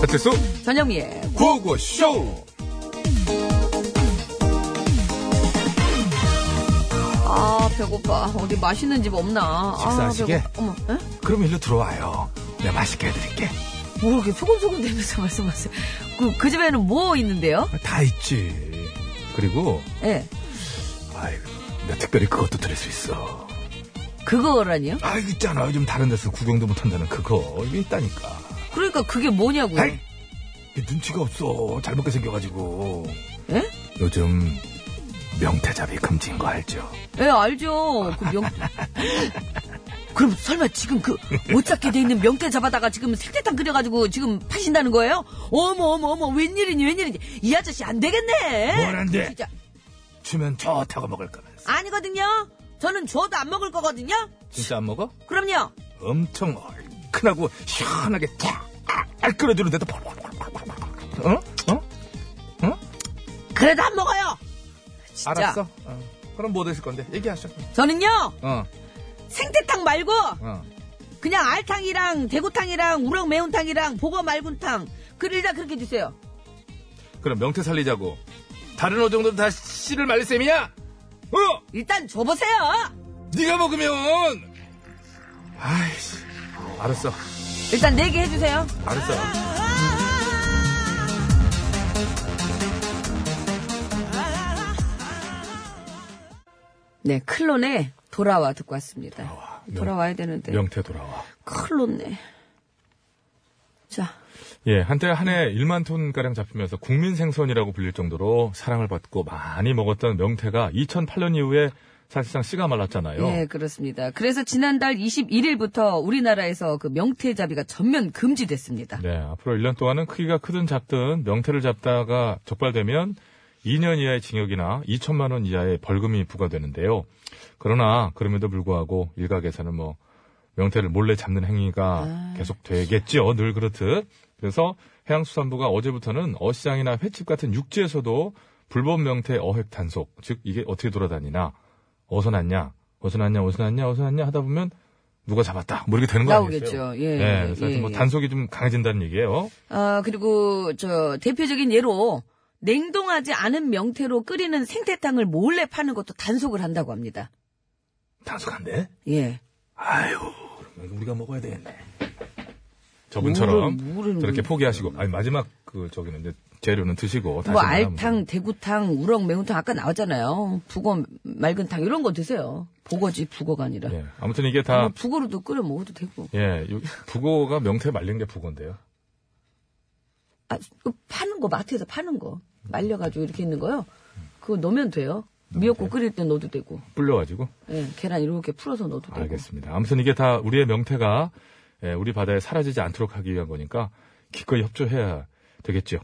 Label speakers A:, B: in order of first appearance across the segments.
A: 배칠수
B: 전영미의
A: 구호구쇼
B: 아 배고파 어디 맛있는 집 없나
A: 식사하시게?
B: 아, 배고파. 어머 에?
A: 그럼 일로 들어와요. 내가 맛있게 해드릴게.
B: 뭐 이렇게 소곤소곤 되면서 말씀하세요 그, 그 집에는 뭐 있는데요?
A: 다 있지. 그리고
B: 예
A: 아이고 내가 특별히 그것도 드릴 수 있어.
B: 그거라니요?
A: 아 이거 있잖아 요즘 다른 데서 구경도 못한다는 그거 이거 있다니까.
B: 그러니까 그게 뭐냐고요
A: 아이 이게 눈치가 없어. 잘 먹게 생겨가지고
B: 예?
A: 요즘 명태잡이 금지인 거 알죠?
B: 예 알죠 그 명... 그럼 설마 지금 그 못 잡게 돼 있는 명태 잡아다가 지금 생태탕 끓여가지고 지금 파신다는 거예요? 어머 어머 어머 웬일이니 웬일이니 이 아저씨 안 되겠네
A: 뭘안 돼?
B: 진짜
A: 주면 좋다고 먹을 거면서.
B: 아니거든요 저는 줘도 안 먹을 거거든요
A: 진짜 안 먹어?
B: 그럼요
A: 엄청 얼큰하고 시원하게 탁 아, 끓여주는데도 팍팍팍팍팍팍. 어? 어?
B: 그래도 안 먹어요. 진짜.
A: 알았어. 어. 그럼 뭐 드실 건데? 얘기하셔.
B: 저는요
A: 어,
B: 생태탕 말고
A: 어.
B: 그냥 알탕이랑 대구탕이랑 우럭 매운탕이랑 보거 말군탕 그일다 그렇게 주세요.
A: 그럼 명태 살리자고. 다른 어종들은 다 씨를 말릴 셈이냐? 어?
B: 일단 줘보세요.
A: 네가 먹으면. 아이씨. 알았어.
B: 일단 네 개 해주세요.
A: 알았어.
B: 네 클론에 돌아와 듣고 왔습니다.
A: 돌아와. 명-
B: 돌아와야 되는데
A: 명태 돌아와.
B: 클론네. 자
A: 예, 한때 한 해 1만 톤 가량 잡히면서 국민 생선이라고 불릴 정도로 사랑을 받고 많이 먹었던 명태가 2008년 이후에 사실상 씨가 말랐잖아요.
B: 네, 그렇습니다. 그래서 지난달 21일부터 우리나라에서 그 명태잡이가 전면 금지됐습니다.
A: 네, 앞으로 1년 동안은 크기가 크든 작든 명태를 잡다가 적발되면 2년 이하의 징역이나 2천만 원 이하의 벌금이 부과되는데요. 그러나 그럼에도 불구하고 일각에서는 뭐 명태를 몰래 잡는 행위가
B: 아,
A: 계속 되겠지요. 늘 그렇듯. 그래서 해양수산부가 어제부터는 어시장이나 횟집 같은 육지에서도 불법 명태 어획 단속, 즉 이게 어떻게 돌아다니나, 어디서 났냐, 어디서 났냐, 어디서 났냐, 어디서 났냐 하다 보면 누가 잡았다, 뭐 이렇게 되는 거 아니겠어요?
B: 나오겠죠. 예,
A: 네, 그래서 하여튼
B: 예,
A: 뭐
B: 예.
A: 단속이 좀 강해진다는 얘기예요.
B: 아, 그리고 저 대표적인 예로 냉동하지 않은 명태로 끓이는 생태탕을 몰래 파는 것도 단속을 한다고 합니다.
A: 단속한데?
B: 예.
A: 아유, 그러면 우리가 먹어야 되겠네. 저분처럼
B: 물은- 물은-
A: 저렇게 포기하시고, 아니 마지막 그 저기는 이제 재료는 드시고 다시
B: 뭐
A: 말하면
B: 알탕, 대구탕, 우럭, 매운탕 아까 나왔잖아요. 북어, 맑은탕 이런 거 드세요. 북어지 북어가 아니라.
A: 예, 아무튼 이게
B: 뭐
A: 다
B: 북어로도 끓여 먹어도 되고.
A: 예, 요- 북어가 명태 말린 게 북어인데요.
B: 아, 그 파는 거 마트에서 파는 거 말려가지고 이렇게 있는 거요. 그거 넣으면 돼요. 미역국 끓일 때 넣어도 되고,
A: 불려가지고.
B: 예, 계란 이렇게 풀어서 넣어도 되고.
A: 알겠습니다. 아무튼 이게 다 우리의 명태가 예, 우리 바다에 사라지지 않도록 하기 위한 거니까 기꺼이 협조해야 되겠죠.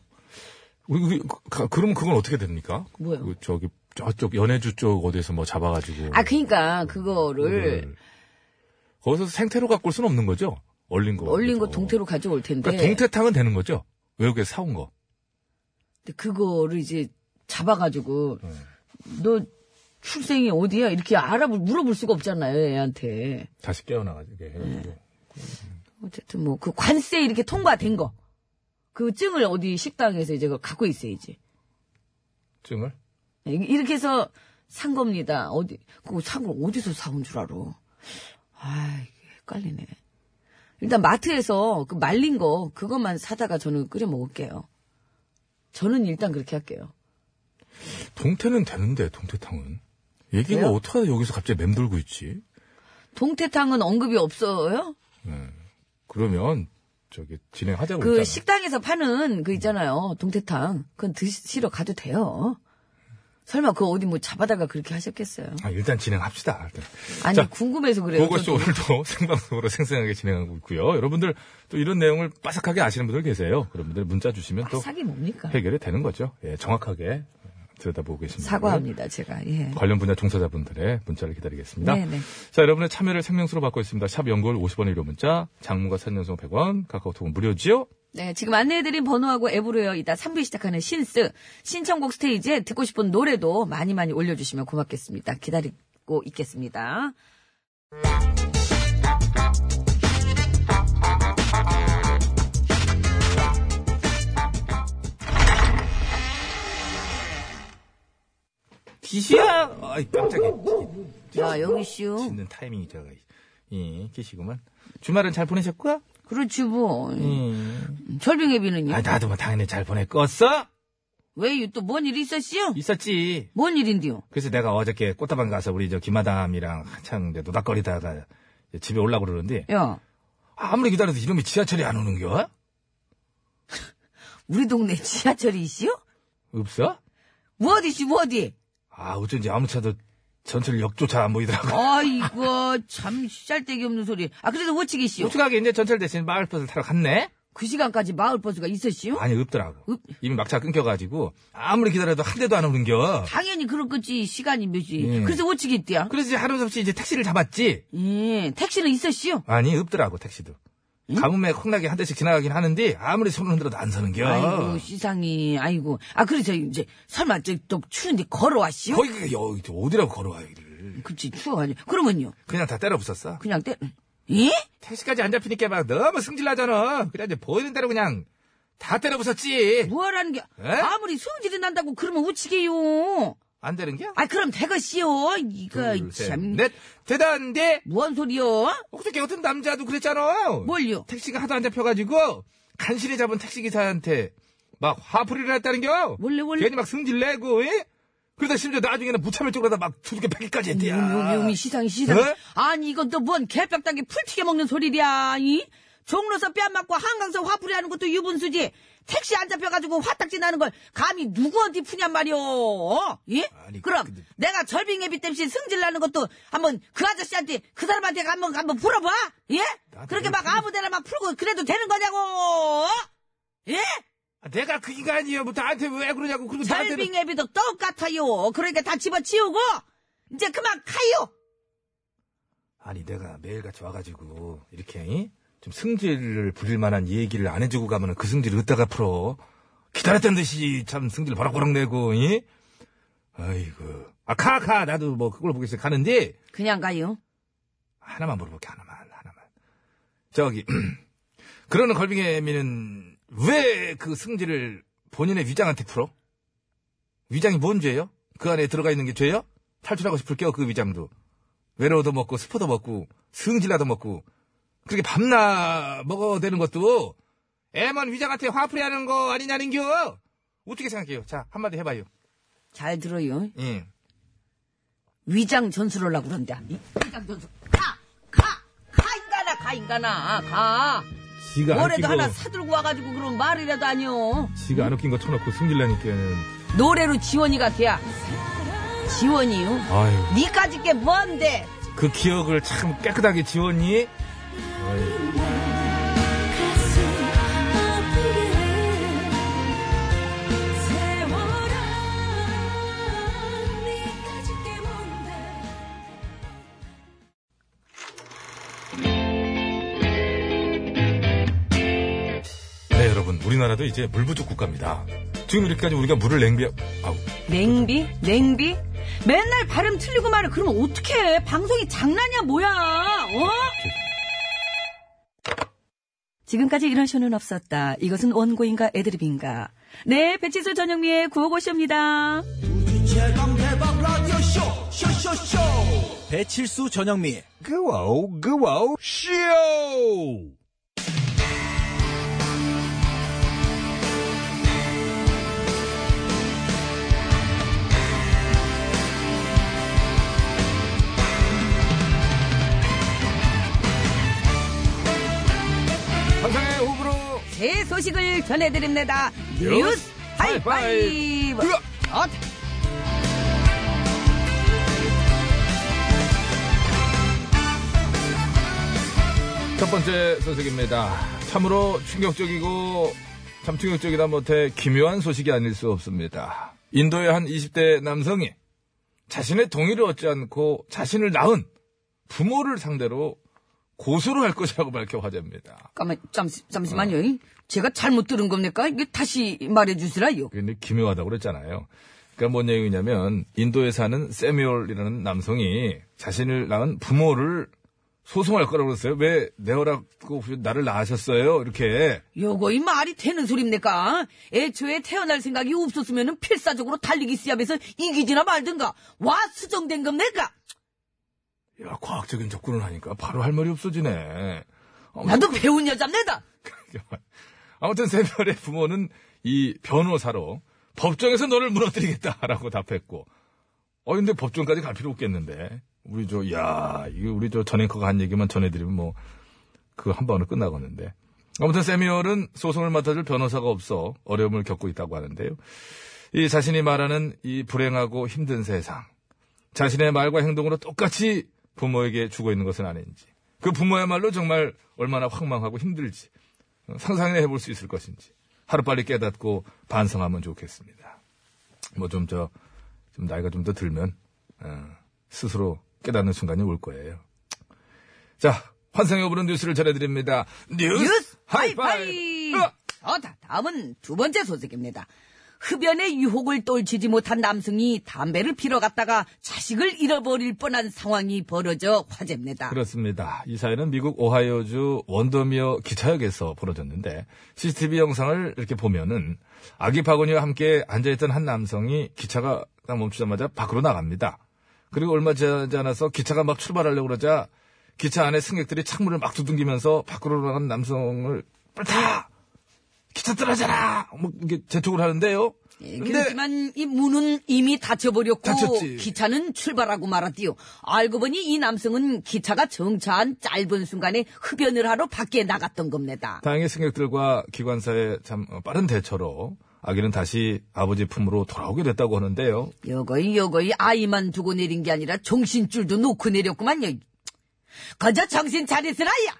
A: 우리 그- 그- 그럼 그건 어떻게 됩니까?
B: 뭐요?
A: 그 저기 저쪽 연해주 쪽 어디에서 뭐 잡아가지고
B: 아, 그러니까 그거를
A: 그거를 거기서 생태로 갖고 올 수는 없는 거죠? 얼린 거.
B: 얼린 거
A: 그죠?
B: 동태로 가져올 텐데.
A: 그러니까 동태탕은 되는 거죠? 외국에 서 사온 거.
B: 근데 그거를 이제 잡아가지고
A: 네.
B: 너 출생이 어디야 이렇게 알아볼 물어볼 수가 없잖아요 애한테
A: 다시 깨어나가지고 해가지고.
B: 네. 어쨌든 뭐 그 관세 이렇게 통과된 거 그 증을 어디 식당에서 이제 그걸 갖고 있어야지
A: 증을?
B: 네, 이- 이렇게 해서 산 겁니다 어디 그거 산걸 어디서 사온 줄 알아 아 이게 헷갈리네 일단 마트에서 그 말린 거 그것만 사다가 저는 끓여 먹을게요 저는 일단 그렇게 할게요
A: 동태는 되는데 동태탕은. 얘기가
B: 그래요?
A: 어떻게 여기서 갑자기 맴돌고 있지?
B: 동태탕은 언급이 없어요
A: 그러면 저기 진행하자고
B: 그
A: 했잖아.
B: 식당에서 파는 그 있잖아요. 동태탕. 그건 드시러 가도 돼요. 설마 그거 어디 뭐 잡아다가 그렇게 하셨겠어요.
A: 아, 일단 진행합시다. 일단.
B: 아니
A: 자,
B: 궁금해서 그래요.
A: 고고쇼
B: 저도.
A: 오늘도 생방송으로 생생하게 진행하고 있고요. 여러분들 또 이런 내용을 빠삭하게 아시는 분들 계세요. 여러분들 문자 주시면 또
B: 사기 뭡니까?
A: 해결이 되는 거죠. 예, 정확하게 들여다보고 계십니다.
B: 사과합니다, 제가. 예.
A: 관련 분야 종사자분들의 문자를 기다리겠습니다.
B: 네네.
A: 자, 여러분의 참여를 생명수로 받고 있습니다. 샵 연골 50원의 유료 문자, 장문과 3년송 100원, 카카오톡은 무료지요?
B: 네, 지금 안내해드린 번호하고 앱으로 이어이다 3부에 시작하는 신스. 신청곡 스테이지에 듣고 싶은 노래도 많이 많이 올려주시면 고맙겠습니다. 기다리고 있겠습니다.
A: 기시야! 아이, 깜짝이야. 뭐,
B: 야, 여기 씨요.
A: 짖는 타이밍이 제가, 예, 계시구만. 주말은 잘 보내셨고?
B: 그렇지 뭐.
A: 음.
B: 철빙애비는요?
A: 아, 나도 뭐 당연히 잘 보냈겠어?
B: 왜요? 또 뭔 일이 있었어요?
A: 있었지.
B: 뭔 일인데요?
A: 그래서 내가 어저께 꽃다방 가서 우리 저 김마담이랑 한창 이제 노닥거리다가 이제 집에 올라고 그러는데
B: 야,
A: 아무리 기다려도 이놈이 지하철이 안 오는겨?
B: 우리 동네 지하철이 있어요?
A: 없어?
B: 뭐 어디 씨, 뭐 어디?
A: 아, 어쩐지 아무 차도 전철 역조차 안 보이더라고.
B: 어? 아이고, 참, 쌀데기 없는 소리. 아, 그래서 워치기 씨요.
A: 우측하게 이제 전철 대신 마을버스를 타러 갔네?
B: 그 시간까지 마을버스가 있었시요?
A: 아니, 없더라고.
B: 없-
A: 이미 막차 끊겨가지고 아무리 기다려도 한 대도 안 오는겨.
B: 당연히 그렇겠지, 시간이 몇이.
A: 예.
B: 그래서 워치기 있대야.
A: 그래서 이제 하루없이 이제 택시를 잡았지?
B: 예, 택시는 있었시요?
A: 아니, 없더라고, 택시도. 가뭄에 콩나게 한 대씩 지나가긴 하는데 아무리 손을 흔들어도 안 서는겨.
B: 아이고, 시상이, 아이고. 아, 그래서 이제, 설마, 저, 또 추운데 걸어왔시요?
A: 거기, 그 여기, 어디라고 걸어와, 이를.
B: 그치, 추워가지고. 그러면요,
A: 그냥 다 때려 부쉈어.
B: 그냥 때, 예?
A: 택시까지 안 잡히니까 막 너무 승질나잖아. 그냥 이제 보이는 대로 그냥 다 때려 부쉈지.
B: 뭐라는 게,
A: 에?
B: 아무리 성질이 난다고 그러면 어찌게요?
A: 안 되는 게?
B: 아, 그럼 되겠시요? 이거,
A: 둘, 셋,
B: 그 참.
A: 넷. 대단한데?
B: 뭔 소리요?
A: 어떻게 어떤 남자도 그랬잖아.
B: 뭘요?
A: 택시가 하도 안 잡혀가지고 간신히 잡은 택시기사한테 막 화풀이를 했다는겨.
B: 원래, 원래.
A: 괜히 막 승질내고. 예? 그러다 심지어 나중에는 무차별 쪽으로다 막 두둑게 패기까지 했대야.
B: 용이, 용이, 시상이, 시상이.
A: 어?
B: 아니, 이건 또 뭔 개뼈딱이 풀튀겨 먹는 소리랴, 이? 종로서 뺨 맞고 한강서 화풀이 하는 것도 유분수지. 택시 안 잡혀가지고 화딱지 나는 걸 감히 누구한테 푸냔 말이오. 어? 예?
A: 아니,
B: 그럼
A: 근데-
B: 내가 절빙애비 땜시 승질 나는 것도 한번 그 아저씨한테 그 사람한테 한번 한번 풀어봐. 예?
A: 나한테
B: 그렇게
A: 왜
B: 막
A: 풀-
B: 아무데나 막 풀고 그래도 되는 거냐고. 예?
A: 아, 내가 그 인간이야. 뭐 나한테 왜 그러냐고. 그리고 나한테는
B: 절빙애비도 똑같아요. 그러니까 다 집어치우고 이제 그만 가요.
A: 아니 내가 매일같이 와가지고 이렇게 이? 좀 승질을 부릴 만한 얘기를 안 해주고 가면 그 승질을 어디다가 풀어 기다렸던 듯이 참 승질 버럭버럭 내고 이? 아이고 아카카 나도 뭐 그걸 보겠어 가는데
B: 그냥 가요.
A: 하나만 물어볼게 하나만 하나만 저기 그러는 걸빙애미는 왜 그 승질을 본인의 위장한테 풀어? 위장이 뭔 죄요? 그 안에 들어가 있는 게 죄요? 탈출하고 싶을 겨 그 위장도 외로워도 먹고 스포도 먹고 승질나도 먹고 그렇게 밤낮 먹어대는 것도 애만 위장한테 화풀이하는 거 아니냐는겨 어떻게 생각해요? 자 한마디 해봐요
B: 잘 들어요.
A: 예.
B: 위장 전술을 하고 그런다. 이 위장 전술. 가! 가! 가, 인간아, 가, 인간아, 가.
A: 지가
B: 뭐라도 하나 사들고 와가지고 그런 말이라도 아니오.
A: 지가 안 웃긴 거 쳐놓고 승질나니까는
B: 노래로 지원이 같아야. 지원이요?
A: 아유
B: 니까지 게 뭔데?
A: 그 기억을 참 깨끗하게 지웠니?
C: 가슴 아프게 세월아 니까지 깨문데
A: 네, 여러분. 우리나라도 이제 물부족 국가입니다. 지금 이렇게까지 우리가 물을 냉비, 아우,
B: 냉비? 냉비? 맨날 발음 틀리고 말해. 그러면 어떡해. 방송이 장난이야, 뭐야. 어? 지금까지 이런 쇼는 없었다. 이것은 원고인가 애드립인가. 네, 배치수 전영미의 구호고쇼입니다.
D: 최강 대박 라디오 쇼, 쇼쇼쇼. 배칠수 전영미.
A: 그와우, 그와우, 쇼! 환상의 호불호.
B: 새 소식을 전해드립니다. 뉴스 하이파이브.
A: 으아!
B: 어,
A: 첫 번째 소식입니다. 참으로 충격적이고 참 충격적이다 못해 기묘한 소식이 아닐 수 없습니다. 인도의 한 20대 남성이 자신의 동의를 얻지 않고 자신을 낳은 부모를 상대로 고소를 할 것이라고 밝혀 화제입니다.
B: 잠깐만, 잠시, 잠시만요. 제가 잘못 들은 겁니까? 이게 다시 말해주시라요.
A: 근데 기묘하다고 그랬잖아요. 그러니까 뭔 얘기냐면 인도에 사는 세미올이라는 남성이 자신을 낳은 부모를 소송할 거라고 그랬어요. 왜 내어라고 나를 낳으셨어요? 이렇게.
B: 요거 이 말이 되는 소립니까? 애초에 태어날 생각이 없었으면 필사적으로 달리기 시합에서 이기지나 말든가 와 수정된 겁니까?
A: 야, 과학적인 접근을 하니까 바로 할 말이 없어지네. 아무튼,
B: 나도 배운 여자입니다.
A: 아무튼 세별의 부모는 이 변호사로 법정에서 너를 무너뜨리겠다라고 답했고. 어, 근데 법정까지 갈 필요 없겠는데. 우리 저, 야, 이거 우리 저 전앵커가 한 얘기만 전해드리면 뭐, 그 한 번으로 끝나겠는데. 아무튼 세미얼은 소송을 맡아줄 변호사가 없어 어려움을 겪고 있다고 하는데요. 이 자신이 말하는 이 불행하고 힘든 세상. 자신의 말과 행동으로 똑같이 부모에게 주고 있는 것은 아닌지. 그 부모야말로 정말 얼마나 황망하고 힘들지. 어, 상상해 볼 수 있을 것인지. 하루빨리 깨닫고 반성하면 좋겠습니다. 뭐 좀 저, 좀 나이가 좀 더 들면, 어, 스스로 깨닫는 순간이 올 거예요. 자, 환상의 오브는 뉴스를 전해드립니다. 뉴스,
B: 뉴스
A: 하이파이!
B: 하이파이! 어, 다, 다음은 두 번째 소식입니다. 흡연의 유혹을 떨치지 못한 남성이 담배를 피러 갔다가 자식을 잃어버릴 뻔한 상황이 벌어져
A: 그렇죠.
B: 화제입니다.
A: 그렇습니다. 이 사연은 미국 오하이오주 원더미어 기차역에서 벌어졌는데 CCTV 영상을 이렇게 보면은 아기 바구니와 함께 앉아있던 한 남성이 기차가 딱 멈추자마자 밖으로 나갑니다. 그리고 얼마 지나지 않아서 기차가 막 출발하려고 그러자 기차 안에 승객들이 창문을 막 두둥기면서 밖으로 나간 남성을 빨리 타! 기차 떨어져라! 뭐 이게 재촉을 하는데요.
B: 예,
A: 근데
B: 그렇지만 이 문은 이미 닫혀버렸고
A: 닫혔지.
B: 기차는 출발하고 말았디요. 알고 보니 이 남성은 기차가 정차한 짧은 순간에 흡연을 하러 밖에 나갔던 겁니다.
A: 다행히 승객들과 기관사의 참 어, 빠른 대처로 아기는 다시 아버지 품으로 돌아오게 됐다고 하는데요.
B: 여거이 여거이 아이만 두고 내린 게 아니라 정신줄도 놓고 내렸구만요. 거저 정신 차리스라야.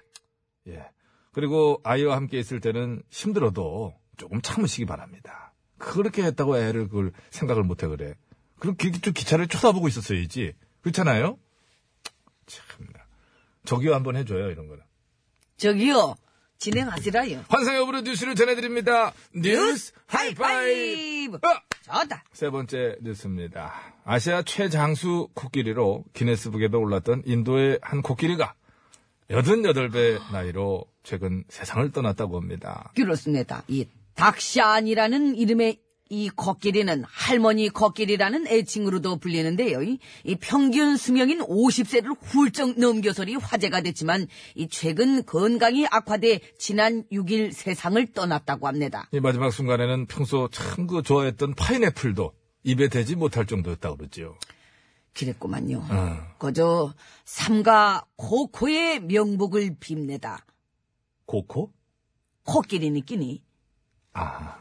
A: 예. 그리고 아이와 함께 있을 때는 힘들어도 조금 참으시기 바랍니다. 그렇게 했다고 애를 그걸 생각을 못해 그래. 그리고 기, 저 기차를 쳐다보고 있었어야지. 그렇잖아요? 참나. 저기요 한번 해줘요 이런 거는.
B: 저기요 진행하시라요.
A: 환상의 오브로 뉴스를 전해드립니다. 뉴스 하이파이브! 어!
B: 저다.
A: 세 번째 뉴스입니다. 아시아 최장수 코끼리로 기네스북에도 올랐던 인도의 한 코끼리가 88배 나이로 최근 세상을 떠났다고 합니다.
B: 그렇습니다. 이 닥샨이라는 이름의 이 코끼리는 할머니 코끼리라는 애칭으로도 불리는데요. 이, 이 평균 수명인 50세를 훌쩍 넘겨서리 화제가 됐지만 이 최근 건강이 악화돼 지난 6일 세상을 떠났다고 합니다.
A: 이 마지막 순간에는 평소 참 그 좋아했던 파인애플도 입에 대지 못할 정도였다고 그러죠.
B: 그랬구만요.
A: 어.
B: 그저 삼가 고코의 명복을 빕니다.
A: 고코?
B: 코끼리니끼니
A: 아.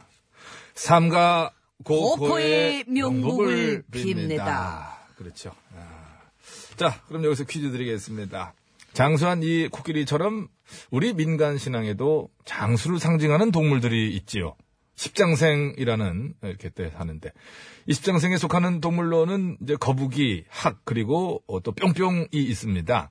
A: 삼가 고코의
B: 고코의
A: 명복을
B: 명복을
A: 빕니다. 그렇죠. 아. 자, 그럼 여기서 퀴즈 드리겠습니다. 장수한 이 코끼리처럼 우리 민간 신앙에도 장수를 상징하는 동물들이 있지요. 십장생이라는 이렇게 때 하는데 이 십장생에 속하는 동물로는 이제 거북이, 학 그리고 어, 또 뿅뿅이 있습니다.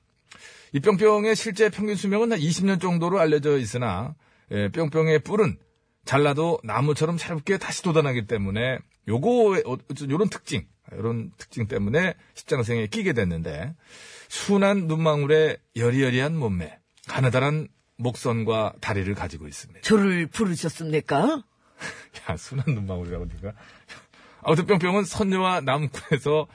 A: 이 뿅뿅의 실제 평균 수명은 한 20년 정도로 알려져 있으나 예, 뿅뿅의 뿔은 잘라도 나무처럼 새롭게 다시 돋아나기 때문에 요거 어, 요런 특징 요런 특징 때문에 십장생에 끼게 됐는데 순한 눈망울에 여리여리한 몸매 가느다란 목선과 다리를 가지고 있습니다.
B: 저를 부르셨습니까?
A: 야, 순한 눈망울이라고 니가. 아무튼 뿅뿅은 선녀와 나무꾼에서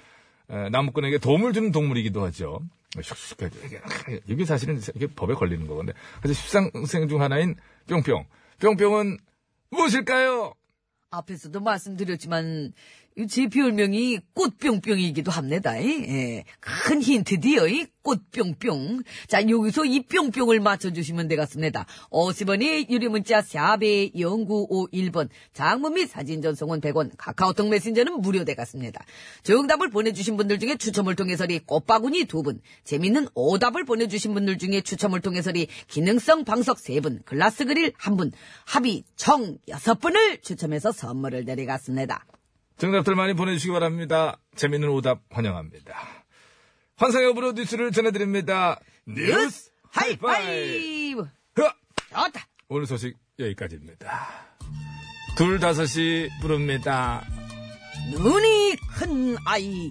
A: 에, 나무꾼에게 도움을 주는 동물이기도 하죠. 슉슉 해줘. 이게, 이게 사실은 이게 법에 걸리는 거건데. 그래서 십상생 중 하나인 뿅뿅. 뿅뿅은 무엇일까요?
B: 앞에서도 말씀드렸지만 이제 별명이 꽃뿅뿅이기도 합니다. 예. 큰 힌트디요. 이 꽃뿅뿅. 자 여기서 이 뿅뿅을 맞춰주시면 되겠습니다. 50원이 유리문자 샵의 0951번 장문 및 사진 전송은 100원 카카오톡 메신저는 무료 되겠습니다. 정답을 보내주신 분들 중에 추첨을 통해서리 꽃바구니 2분 재밌는 오답을 보내주신 분들 중에 추첨을 통해서리 기능성 방석 3분 글라스 그릴 1분 합의 총 6분을 추첨해서 선물을 내리겠습니다.
A: 정답들 많이 보내주시기 바랍니다. 재밌는 오답 환영합니다. 환상의 오브로 뉴스를 전해드립니다. 뉴스 하이파이!
B: 하이파이브!
A: 브
B: 좋다!
A: 오늘 소식 여기까지입니다. 둘 다섯이 부릅니다.
B: 눈이 큰 아이.
C: 내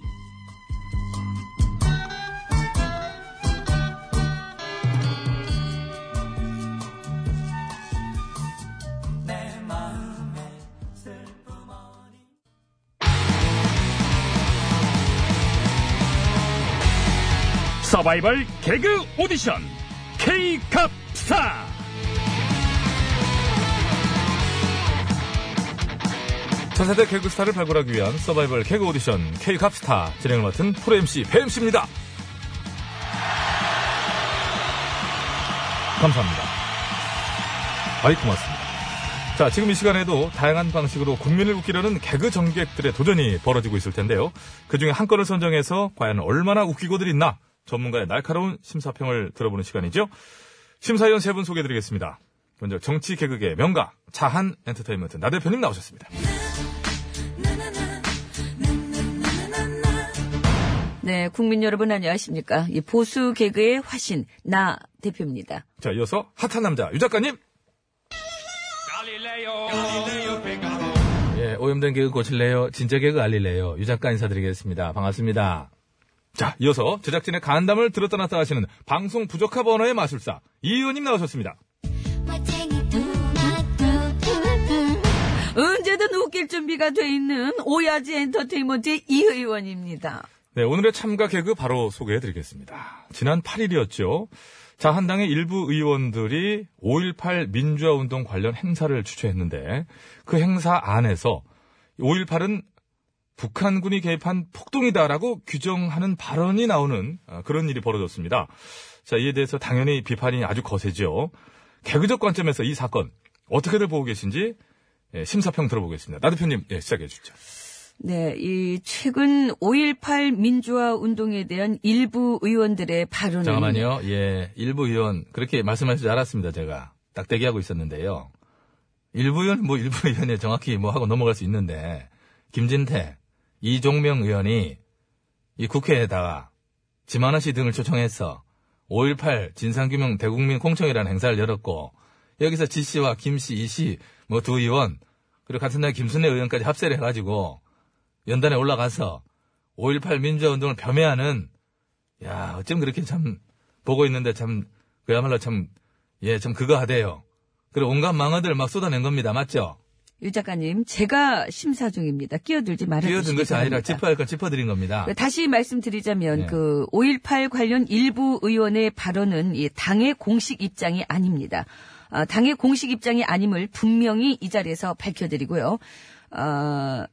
E: 서바이벌 개그 오디션 K캅스타
A: 전세대 개그스타를 발굴하기 위한 서바이벌 개그 오디션 K캅스타 진행을 맡은 프로 MC 배MC입니다. 감사합니다. 아이 고맙습니다. 자, 지금 이 시간에도 다양한 방식으로 국민을 웃기려는 개그 전객들의 도전이 벌어지고 있을 텐데요. 그 중에 한 건을 선정해서 과연 얼마나 웃기고들 있나 전문가의 날카로운 심사평을 들어보는 시간이죠. 심사위원 세 분 소개해드리겠습니다. 먼저 정치 개그계 명가 자한 엔터테인먼트 나 대표님 나오셨습니다.
B: 네, 국민 여러분 안녕하십니까? 이 보수 개그의 화신 나 대표입니다.
A: 자, 이어서 핫한 남자 유 작가님. 예, 오염된 개그 고칠래요. 진짜 개그 알릴래요. 유 작가 인사드리겠습니다. 반갑습니다. 자, 이어서 제작진의 간담을 들었다 놨다 하시는 방송 부적합 언어의 마술사 이 의원님 나오셨습니다.
B: 언제든 웃길 준비가 돼 있는 오야지 엔터테인먼트의 이 의원입니다.
A: 네, 오늘의 참가 개그 바로 소개해드리겠습니다. 지난 8일이었죠. 자한당의 일부 의원들이 5.18 민주화운동 관련 행사를 주최했는데 그 행사 안에서 5.18은 북한군이 개입한 폭동이다라고 규정하는 발언이 나오는 아, 그런 일이 벌어졌습니다. 자, 이에 대해서 당연히 비판이 아주 거세죠. 개그적 관점에서 이 사건 어떻게들 보고 계신지 예, 심사평 들어보겠습니다. 나 대표님, 예, 시작해 주시죠.
B: 네, 이 최근 5.18 민주화 운동에 대한 일부 의원들의 발언을
A: 잠깐만요. 예, 일부 의원 그렇게 말씀하실 줄 알았습니다. 제가 딱 대기하고 있었는데요. 일부 의원 뭐 일부 의원이 정확히 뭐 하고 넘어갈 수 있는데 김진태, 이종명 의원이 이 국회에다가 지만하 씨 등을 초청해서 5.18 진상규명 대국민 공청회라는 행사를 열었고 여기서 지 씨와 김 씨, 이 씨 뭐 두 의원 그리고 같은 날 김순례 의원까지 합세를 해가지고 연단에 올라가서 5.18 민주화운동을 폄훼하는 야, 어쩜 그렇게 참, 보고 있는데 참, 그야말로 참, 예, 참 그거 하대요. 그리고 온갖 망어들 막 쏟아낸 겁니다. 맞죠?
B: 유 작가님, 제가 심사 중입니다. 끼어들지 말아주시기
A: 끼어든 것이 아니라
B: 바랍니다.
A: 짚어야 할 건 짚어드린 겁니다.
B: 그 다시 말씀드리자면
A: 아. 네.
B: 그 5.18 관련 일부 의원의 발언은 이 당의 공식 입장이 아닙니다. 아, 당의 공식 입장이 아님을 분명히 이 자리에서 밝혀드리고요. 아,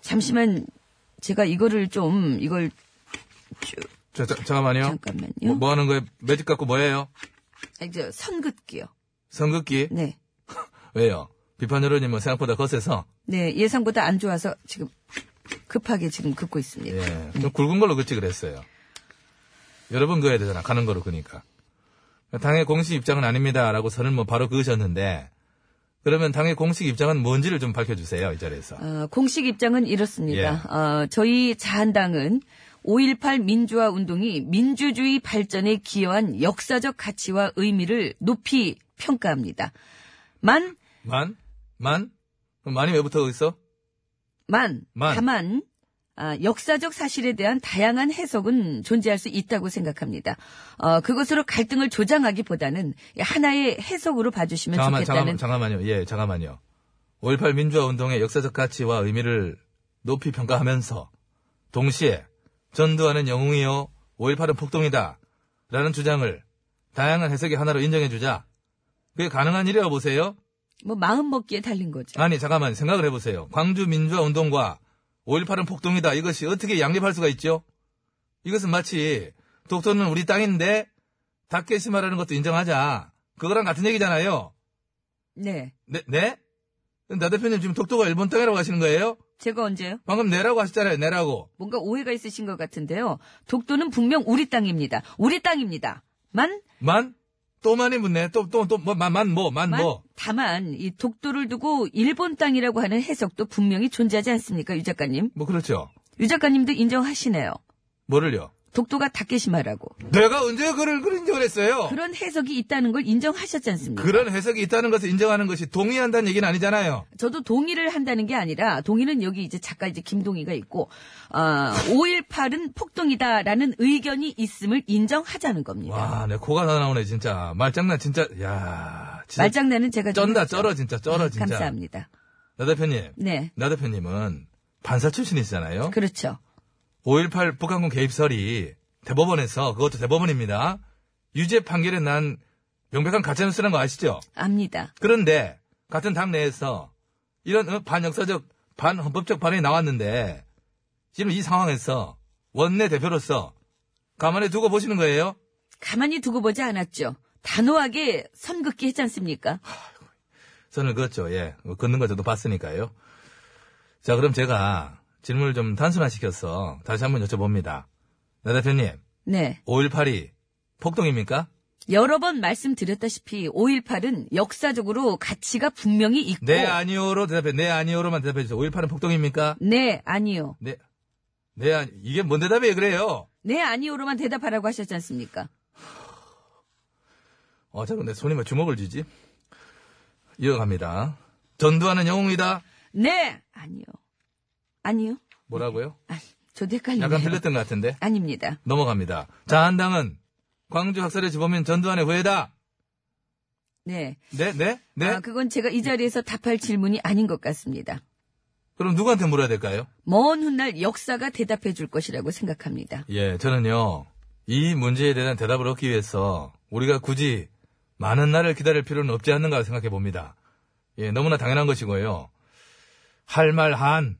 B: 잠시만 제가 이거를 좀 이걸
A: 자, 자, 잠깐만요.
B: 잠깐만요.
A: 뭐, 뭐 하는 거예요? 매직 갖고 뭐예요?
B: 아, 이제 선긋기요.
A: 선긋기?
B: 네.
A: 왜요? 비판 여론이 뭐 생각보다 거세서,
B: 네, 예상보다 안 좋아서 지금 급하게 지금 긋고 있습니다.
A: 예,
B: 네.
A: 좀 굵은 걸로 긋지 그랬어요. 여러 번 그어야 되잖아. 가는 거로 그니까. 당의 공식 입장은 아닙니다라고 선을 뭐 바로 그으셨는데, 그러면 당의 공식 입장은 뭔지를 좀 밝혀주세요. 이 자리에서.
B: 어, 공식 입장은 이렇습니다.
A: 예.
B: 어, 저희 자한당은 5.18 민주화 운동이 민주주의 발전에 기여한 역사적 가치와 의미를 높이 평가합니다. 만,
A: 만? 만? 그럼 만이 왜 붙어 있어?
B: 만,
A: 만.
B: 다만, 아, 역사적 사실에 대한 다양한 해석은 존재할 수 있다고 생각합니다. 어, 그것으로 갈등을 조장하기보다는 하나의 해석으로 봐주시면
A: 잠깐만,
B: 좋겠다는
A: 잠깐만, 잠깐만요. 예, 잠깐만요. 5.18 민주화 운동의 역사적 가치와 의미를 높이 평가하면서 동시에 전두환은 영웅이요, 5.18은 폭동이다. 라는 주장을 다양한 해석의 하나로 인정해주자. 그게 가능한 일이라고 보세요?
B: 뭐 마음 먹기에 달린 거죠.
A: 아니, 잠깐만, 생각을 해보세요. 광주 민주화 운동과 5.18은 폭동이다. 이것이 어떻게 양립할 수가 있죠? 이것은 마치 독도는 우리 땅인데 다케시마라는 것도 인정하자. 그거랑 같은 얘기잖아요.
B: 네,
A: 네? 네? 나 대표님 지금 독도가 일본 땅이라고 하시는 거예요?
B: 제가 언제요?
A: 방금 내라고 하셨잖아요, 내라고.
B: 뭔가 오해가 있으신 것 같은데요. 독도는 분명 우리 땅입니다. 우리 땅입니다. 만,
A: 만? 또 많이 붙네. 또, 또, 또, 뭐, 만, 만 뭐, 만
B: 만
A: 뭐.
B: 다만 이 독도를 두고 일본 땅이라고 하는 해석도 분명히 존재하지 않습니까, 유 작가님?
A: 뭐, 그렇죠.
B: 유 작가님도 인정하시네요.
A: 뭐를요?
B: 독도가 다케시마라고
A: 내가 언제 그를, 그런 인정을 했어요?
B: 그런 해석이 있다는 걸 인정하셨지 않습니까?
A: 그런 해석이 있다는 것을 인정하는 것이 동의한다는 얘기는 아니잖아요.
B: 저도 동의를 한다는 게 아니라 동의는 여기 이제 작가 이제 김동희가 있고 아, 5.18은 폭동이다라는 의견이 있음을 인정하자는 겁니다.
A: 와, 내 코가 다 나오네, 진짜. 말장난, 진짜, 야 진짜.
B: 말장난은 제가 좀
A: 쩐다,
B: 했죠.
A: 쩔어, 진짜, 쩔어, 진짜.
B: 감사합니다.
A: 나 대표님.
B: 네.
A: 나
B: 그
A: 대표님은 반사 출신이시잖아요.
B: 그렇죠.
A: 5.18 북한군 개입설이 대법원에서 그것도 대법원입니다. 유죄 판결에 난 명백한 가짜뉴스라는 거 아시죠?
B: 압니다.
A: 그런데 같은 당 내에서 이런 어, 반역사적 반헌법적 발언이 나왔는데 지금 이 상황에서 원내 대표로서 가만히 두고 보시는 거예요?
B: 가만히 두고 보지 않았죠. 단호하게 선긋기 했지 않습니까?
A: 선을 그었죠. 예. 걷는 거 저도 봤으니까요. 자, 그럼 제가 질문을 좀 단순화시켜서 다시 한번 여쭤봅니다. 나 대표님,
B: 네.
A: 5.18이 폭동입니까?
B: 여러 번 말씀드렸다시피 5.18은 역사적으로 가치가 분명히 있고
A: 네, 아니오로 대답해. 네, 아니오로만 대답해 주세요. 5.18은 폭동입니까?
B: 네, 아니요.
A: 네. 네, 아니, 이게 뭔 대답이에요, 그래요?
B: 네, 아니요로만 대답하라고 하셨지 않습니까?
A: 어, 자꾸 내 손이 왜 주먹을 쥐지? 이어갑니다. 전두환은 영웅이다?
B: 네, 아니요. 아니요.
A: 뭐라고요?
B: 아, 저도 헷갈리네요.
A: 약간 틀렸던 것 같은데?
B: 아닙니다.
A: 넘어갑니다. 자한당은 광주 학살의 지범인 전두환의 후예다?
B: 네.
A: 네, 네, 네?
B: 아, 그건 제가 이 자리에서 답할 질문이 아닌 것 같습니다.
A: 그럼 누구한테 물어야 될까요?
B: 먼 훗날 역사가 대답해 줄 것이라고 생각합니다.
A: 예, 저는요, 이 문제에 대한 대답을 얻기 위해서 우리가 굳이 많은 날을 기다릴 필요는 없지 않는가 생각해 봅니다. 예, 너무나 당연한 것이고요. 할 말 한,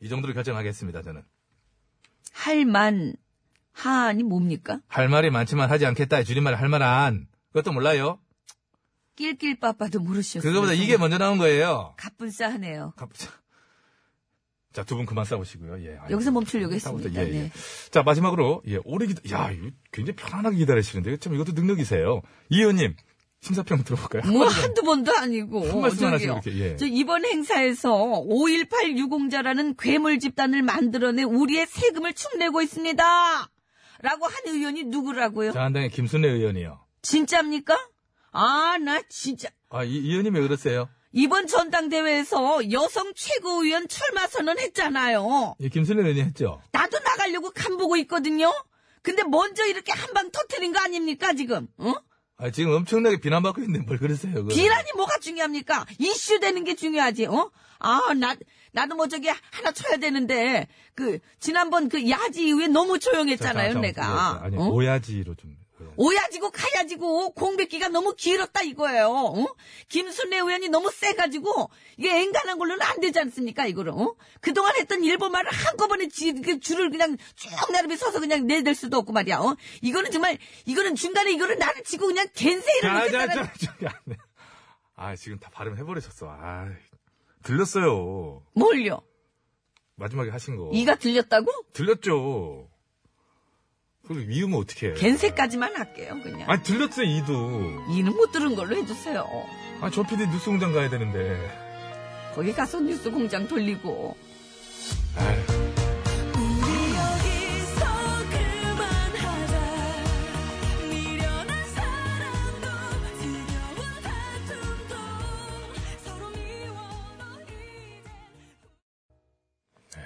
A: 이 정도로 결정하겠습니다, 저는.
B: 할만 하니 뭡니까?
A: 할 말이 많지만 하지 않겠다, 줄임말 할 말 한. 그것도 몰라요.
B: 낄낄 빠빠도 모르시오.
A: 그거보다 이게 뭐 먼저 나온 거예요.
B: 갑분싸하네요.
A: 갑- 자, 두 분 그만 싸우시고요. 예, 알겠습니다.
B: 여기서 멈추려고
A: 싸우다,
B: 했습니다.
A: 예, 예.
B: 네.
A: 자, 마지막으로, 예, 오래 기다, 야, 이거 굉장히 편안하게 기다리시는데, 참 이것도 능력이세요. 이 의원님, 심사평 들어볼까요?
B: 뭐 한두 번도 아니고
A: 한 말씀 안 하시고
B: 저기요.
A: 이렇게, 예.
B: 저 이번 행사에서 5.18 유공자라는 괴물 집단을 만들어내 우리의 세금을 축내고 있습니다. 라고 한 의원이 누구라고요?
A: 자한당의 김순례 의원이요.
B: 진짜입니까? 아, 나 진짜.
A: 아, 이, 이 의원님 왜 그러세요?
B: 이번 전당대회에서 여성 최고위원 출마 선언 했잖아요.
A: 예, 김순례 의원이 했죠?
B: 나도 나가려고 간보고 있거든요. 근데 먼저 이렇게 한 방 터트린 거 아닙니까, 지금? 어?
A: 아, 지금 엄청나게 비난받고 있는데 뭘 그러세요? 그걸.
B: 비난이 뭐가 중요합니까? 이슈 되는 게 중요하지, 어? 아, 나, 나도 뭐 저기 하나 쳐야 되는데, 그, 지난번 그 야지 이후에 너무
A: 자, 자,
B: 조용했잖아요,
A: 자,
B: 내가.
A: 예, 아니,
B: 어?
A: 오야지로 좀. 오야지.
B: 오야지고 가야지고 공백기가 너무 길었다 이거예요. 어? 김순례 의원이 너무 세가지고 이게 앵간한 걸로는 안 되지 않습니까 이거를. 어? 그동안 했던 일본 말을 한꺼번에 지- 그 줄을 그냥 쭉 나름이 서서 그냥 내댈 수도 없고 말이야. 어? 이거는 정말 이거는 중간에 이거를 나를 치고 그냥 겐세이라고
A: 자, 자,
B: 했다는
A: 자, 저기 안 돼. 아, 지금 다 발음 해버리셨어. 아, 들렸어요.
B: 뭘요?
A: 마지막에 하신 거.
B: 어. 이가 들렸다고?
A: 들렸죠. 그걸 미우면 어떻게 해?
B: 겐세까지만 할게요 그냥.
A: 아니, 들렸어요, 이도.
B: 이는 못 들은 걸로 해주세요.
A: 아, 저 PD 뉴스 공장 가야 되는데.
B: 거기 가서 뉴스 공장 돌리고.
A: 아유.
C: 우리 여기서 그만하자 미련한 사랑도 지겨운 다툼도 서로 미워 이제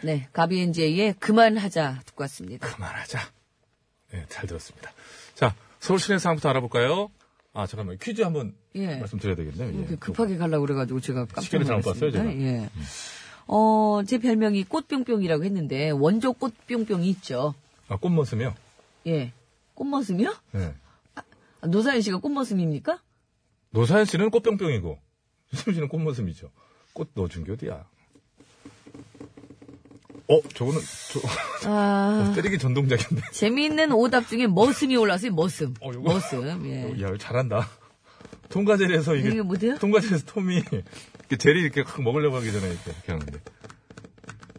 B: 네, 가비엔제의 그만하자 듣고 왔습니다.
A: 그만하자. 네, 잘 들었습니다. 자, 서울 시내 상황부터 알아볼까요? 아, 잠깐만. 퀴즈 한번
B: 예.
A: 말씀드려야 되겠네요.
B: 이렇게 급하게 가려고 그래가지고 제가 깜짝
A: 시계를 잘못 봤어요,
B: 놀랐습니다.
A: 제가. 음.
B: 예. 어, 제 별명이 꽃뿅뿅이라고 했는데, 원조 꽃뿅뿅이 있죠.
A: 아, 꽃모습이요?
B: 예. 꽃머슴이요?
A: 네.
B: 아, 노사연 씨가 꽃머슴입니까?
A: 노사연 씨는 꽃병병이고, 유승민 씨는 꽃모습이죠. 꽃 넣어준 게 어디야? 어, 저거는, 저,
B: 아,
A: 때리기 전 동작인데.
B: 재미있는 오답 중에 머슴이 올라왔어요, 머슴.
A: 어, 요거.
B: 머슴, 예.
A: 야, 잘한다. 통과제리에서 이게,
B: 이게 뭐대요?
A: 통과제리에서 톰이, 이렇게 제리 이렇게 확 먹으려고 하기 전에 이렇게, 이렇게 하는데.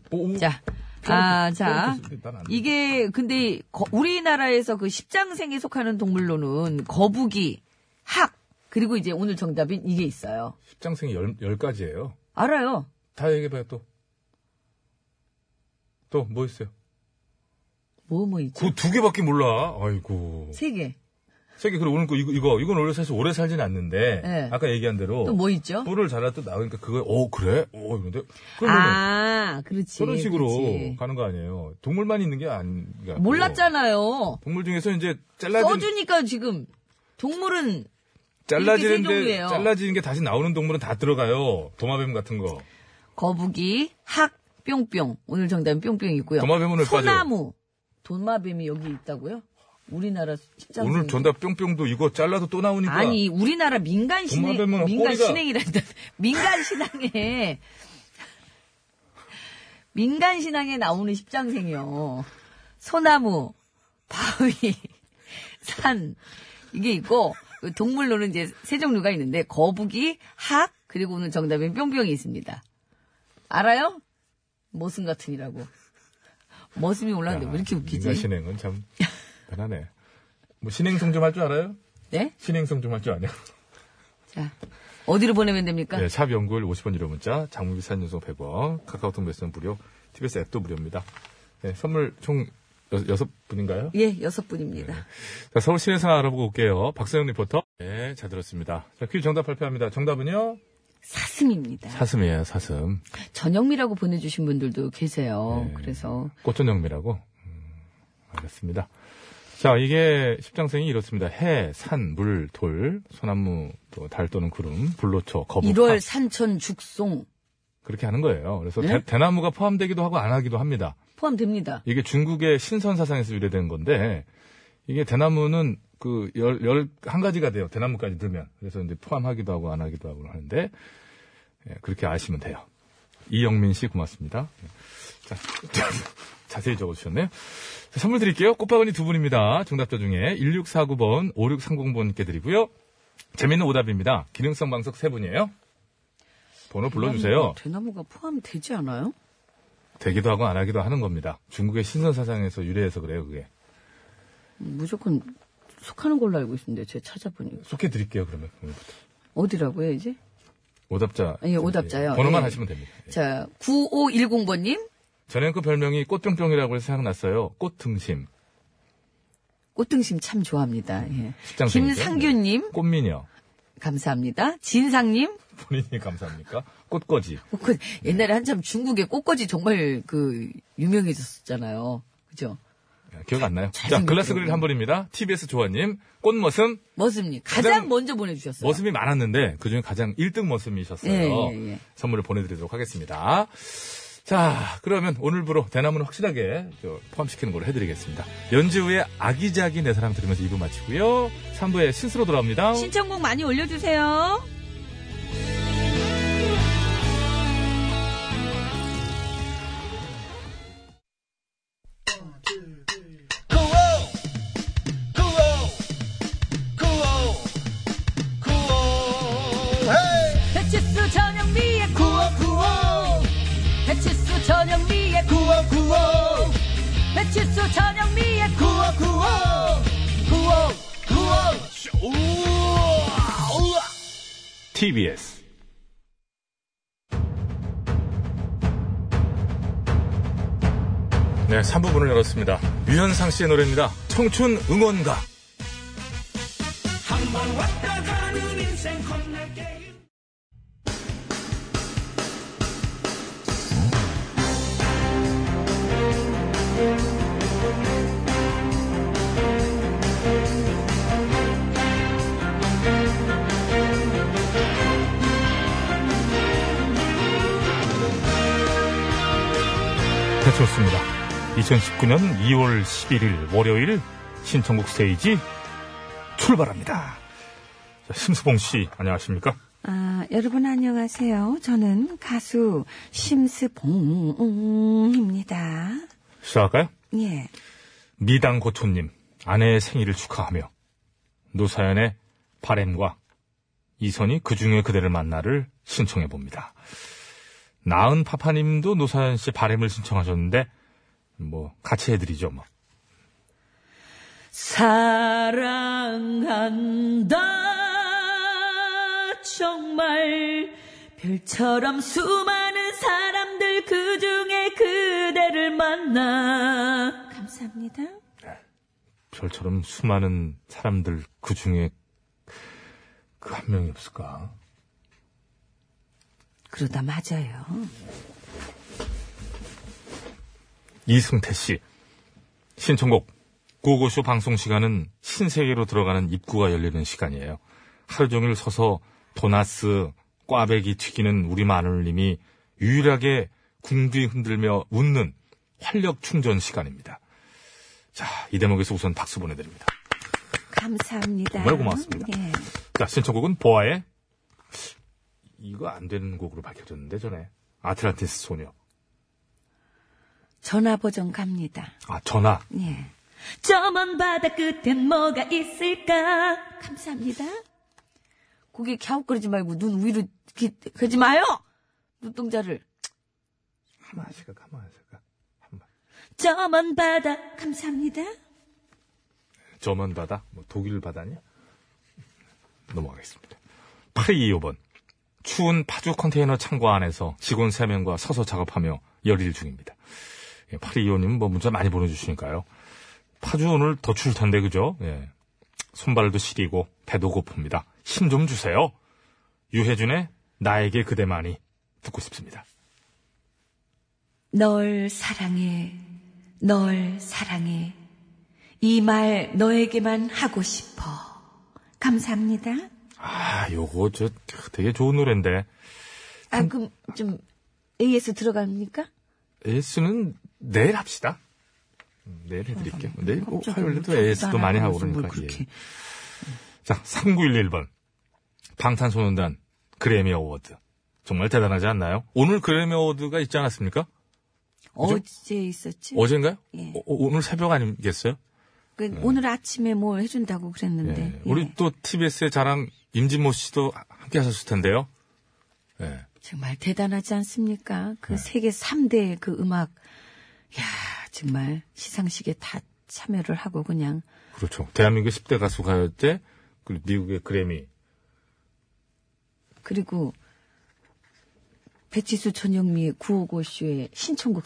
A: 오, 어, 오.
B: 자. 아, 자.
A: 난안 돼.
B: 이게, 근데, 거- 우리나라에서 그 십장생에 속하는 동물로는 거북이, 학, 그리고 이제 오늘 정답인 이게 있어요.
A: 십장생이 열, 열 가지예요.
B: 알아요.
A: 다 얘기해봐요, 또. 또, 뭐 있어요?
B: 뭐, 뭐 있죠?
A: 그 두 개밖에 몰라. 아이고.
B: 세 개.
A: 세계 그리고 오늘 거, 이거, 이거, 이건 원래 사실 오래 살진 않는데.
B: 네.
A: 아까 얘기한 대로.
B: 또 뭐 있죠?
A: 뿔을 잘라 또 나오니까 그거, 어, 그래? 어, 이런데. 어, 그러면
B: 아, 그렇지.
A: 그런 식으로
B: 그렇지.
A: 가는 거 아니에요. 동물만 있는 게 아닌가. 어.
B: 몰랐잖아요.
A: 동물 중에서 이제 잘라진,
B: 써주니까 지금 동물은 이렇게 세
A: 잘라지는데,
B: 종류예요.
A: 잘라지는 게 다시 나오는 동물은 다 들어가요. 도마뱀 같은 거.
B: 거북이, 학, 뿅뿅. 오늘 정답은 뿅뿅이고요.
A: 도마뱀은 왜 빠져요?
B: 소나무. 돈마뱀이 여기 있다고요? 우리나라 신장
A: 오늘 전답 뿅뿅도 이거 잘라도 또 나오니까.
B: 아니 우리나라 민간 신행
A: 돈마뱀은
B: 민간
A: 꼬리가-
B: 신행이란다 민간 신앙에 민간 신앙에 나오는 십장생이요 소나무 바위 산 이게 있고 그 동물로는 이제 세 종류가 있는데 거북이 학 그리고는 정답인 뿅뿅이 있습니다 알아요 모슴 같은이라고 모슴이 올라왔는데 왜 이렇게
A: 인간
B: 웃기지
A: 아, 신행은 참 대단하네. 뭐 신행성 좀 할 줄 알아요?
B: 네?
A: 신행성 좀 할 줄 아냐?
B: 자 어디로 보내면 됩니까?
A: 네, 샵 연구일 50원 유료 문자, 장무비 산연속 100원, 카카오톡 메시지는 무료, TBS 앱도 무료입니다. 네, 선물 총 여, 여섯 분인가요?
B: 예, 여섯 분입니다.
A: 자, 서울시 회사 알아보고 올게요. 박서영 리포터. 네, 잘 들었습니다. 자, 퀴즈 정답 발표합니다. 정답은요?
B: 사슴입니다.
A: 사슴이에요, 사슴.
B: 전영미라고 보내주신 분들도 계세요.
A: 네.
B: 그래서
A: 꽃전영미라고. 음, 알겠습니다. 자, 이게 십장생이 이렇습니다. 해, 산, 물, 돌, 소나무, 또 달 또는 구름, 불로초, 거북.
B: 1월 산천 죽송
A: 그렇게 하는 거예요. 그래서
B: 네?
A: 대, 나무가 포함되기도 하고 안 하기도 합니다.
B: 포함됩니다.
A: 이게 중국의 신선 사상에서 유래된 건데 이게 대나무는 그 열, 열한 가지가 돼요. 대나무까지 들면. 그래서 이제 포함하기도 하고 안 하기도 하고 하는데 예, 그렇게 아시면 돼요. 이영민 씨 고맙습니다. 예. 자, 자세히 적어주셨네요. 자, 선물 드릴게요. 꽃바구니 두 분입니다. 정답자 중에 1649번, 5630번께 드리고요. 재밌는 오답입니다. 기능성 방석 세 분이에요. 번호
B: 음.
A: 불러주세요.
B: 대나무가 포함되지 않아요?
A: 되기도 하고 안 하기도 하는 겁니다. 중국의 신선 사상에서 유래해서 그래요, 그게.
B: 무조건 속하는 걸로 알고 있는데 제가 찾아보니까
A: 속해 드릴게요, 그러면. 오늘부터.
B: 어디라고요 이제?
A: 오답자.
B: 예, 오답자요.
A: 번호만
B: 예.
A: 하시면 됩니다. 예.
B: 자 9510번님
A: 전행급 별명이 꽃병병이라고 해서 생각났어요. 꽃등심,
B: 꽃등심 참 좋아합니다. 예.
A: 십장생이죠.
B: 김상균님
A: 꽃미녀.
B: 감사합니다. 진상님
A: 본인이 감사합니까? 꽃거지.
B: 어, 그 옛날에 한참 중국의 꽃꽂이 정말 그 유명해졌었잖아요. 그죠?
A: 야, 예, 기억 안 나요?
B: 잘
A: 자,
B: 생겼더라고요.
A: 글라스 그릴 한 분입니다. TBS 조아님. 꽃머슴.
B: 머슴님 가장
A: 가장
B: 먼저 보내주셨어요.
A: 머슴이 많았는데 그중에 가장 1등 머슴이셨어요.
B: 예, 예, 예.
A: 선물을 보내드리도록 하겠습니다. 자, 그러면 오늘부로 대나무는 확실하게 저 포함시키는 걸로 해드리겠습니다. 연지우의 아기자기 내 사랑 들으면서 2부 마치고요. 3부에 신스로 돌아옵니다.
B: 신청곡 많이 올려주세요. 배치수 전영미의 배치수 전영미의 배치수 전영미의
A: TBS. 네, 3부분을 열었습니다. 유현상 씨의 노래입니다. 청춘 응원가. 배쳤습니다. 2019년 2월 11일 월요일 신청국 스테이지 출발합니다. 자, 심수봉 씨, 안녕하십니까?
B: 아, 여러분 안녕하세요. 저는 가수 심스봉입니다.
A: 시작할까요?
B: 예.
A: 미당 고초님, 아내의 생일을 축하하며 노사연의 바램과 이선이 그중에 그대를 만나를 신청해 봅니다. 나은 파파님도 노사연 씨 바램을 신청하셨는데 뭐 같이 해드리죠 뭐.
B: 사랑한다 정말 별처럼 수많은 사람들 그 중에 그대를 만나 감사합니다.
A: 별처럼 수많은 사람들 그 중에 그 한 명이 없을까?
B: 그러다 맞아요.
A: 이승태 씨 신청곡 고고쇼 방송 시간은 신세계로 들어가는 입구가 열리는 시간이에요. 하루 종일 서서 도나스 꽈배기 튀기는 우리 마누님이 유일하게 궁디 흔들며 웃는 활력 충전 시간입니다. 자, 이 대목에서 우선 박수 보내드립니다.
B: 감사합니다.
A: 정말 고맙습니다.
B: 예.
A: 자, 신청곡은 보아의 이거 안 되는 곡으로 밝혀졌는데 전에 아틀란티스 소녀
B: 전화 보정 갑니다.
A: 아 전화
B: 예.
F: 저먼 바다 끝엔 뭐가 있을까?
B: 감사합니다. 고개 갸웃거리지 말고 눈 위로 기, 그러지 마요! 눈동자를.
A: 가만 있을까 가만 있을까 한번
F: 저먼 바다
B: 감사합니다.
A: 저만 바다 뭐 독일 바다냐 넘어가겠습니다 8225번 추운 파주 컨테이너 창고 안에서 직원 3명과 서서 작업하며 열일 중입니다 8225님은 뭐 문자 많이 보내주시니까요 파주 오늘 더 추울 텐데 그죠 예. 손발도 시리고 배도 고픕니다 힘 좀 주세요 유해준의 나에게 그대만이 듣고 싶습니다
B: 널 사랑해. 널 사랑해. 이 말 너에게만 하고 싶어. 감사합니다.
A: 아, 요거 저 되게 좋은 노래인데
B: 아, 그럼 좀 AS 들어갑니까?
A: AS는 내일 합시다. 음, 내일 해드릴게요.
B: 아,
A: 내일 뭐
B: 갑자기
A: 화요일에도
B: 뭐
A: AS도 많이 하고
B: 무슨 뭘
A: 그러니까.
B: 그렇게.
A: 예. 자, 3911번. 방탄소년단 그래미 어워드. 정말 대단하지 않나요? 오늘 그래미 어워드가 있지 않았습니까?
B: 어제 있었지?
A: 어젠가요?
B: 예.
A: 어, 오늘 새벽 아니겠어요?
B: 그 오늘 아침에 뭘 해준다고 그랬는데.
A: 예.
B: 예.
A: 우리 또 TBS의 자랑 임진모 씨도 함께 하셨을 텐데요. 예.
B: 정말 대단하지 않습니까? 그
A: 네.
B: 세계 3대의 그 음악, 야 정말 시상식에 다 참여를 하고 그냥
A: 그렇죠. 대한민국 10대 가수 가요제, 그리고 미국의 그래미.
B: 그리고 배치수 전영미의 955쇼의 신청곡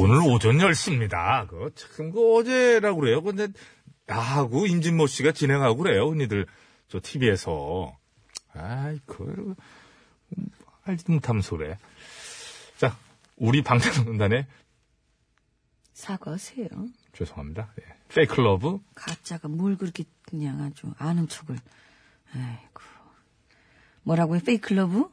A: 그렇죠. 오늘 오전 10시입니다. 그거 참, 그 어제라고 그래요. 근데, 나하고 임진모 씨가 진행하고 그래요. 흔히들, 저 TV에서. 아이, 그, 알지도 못하면 소래. 자, 우리 방탄소년단의,
B: 사과하세요.
A: 죄송합니다. 예. 페이크 러브,
B: 가짜가 뭘 그렇게 그냥 아주 아는 척을. 아이고. 뭐라고요? 페이클러브?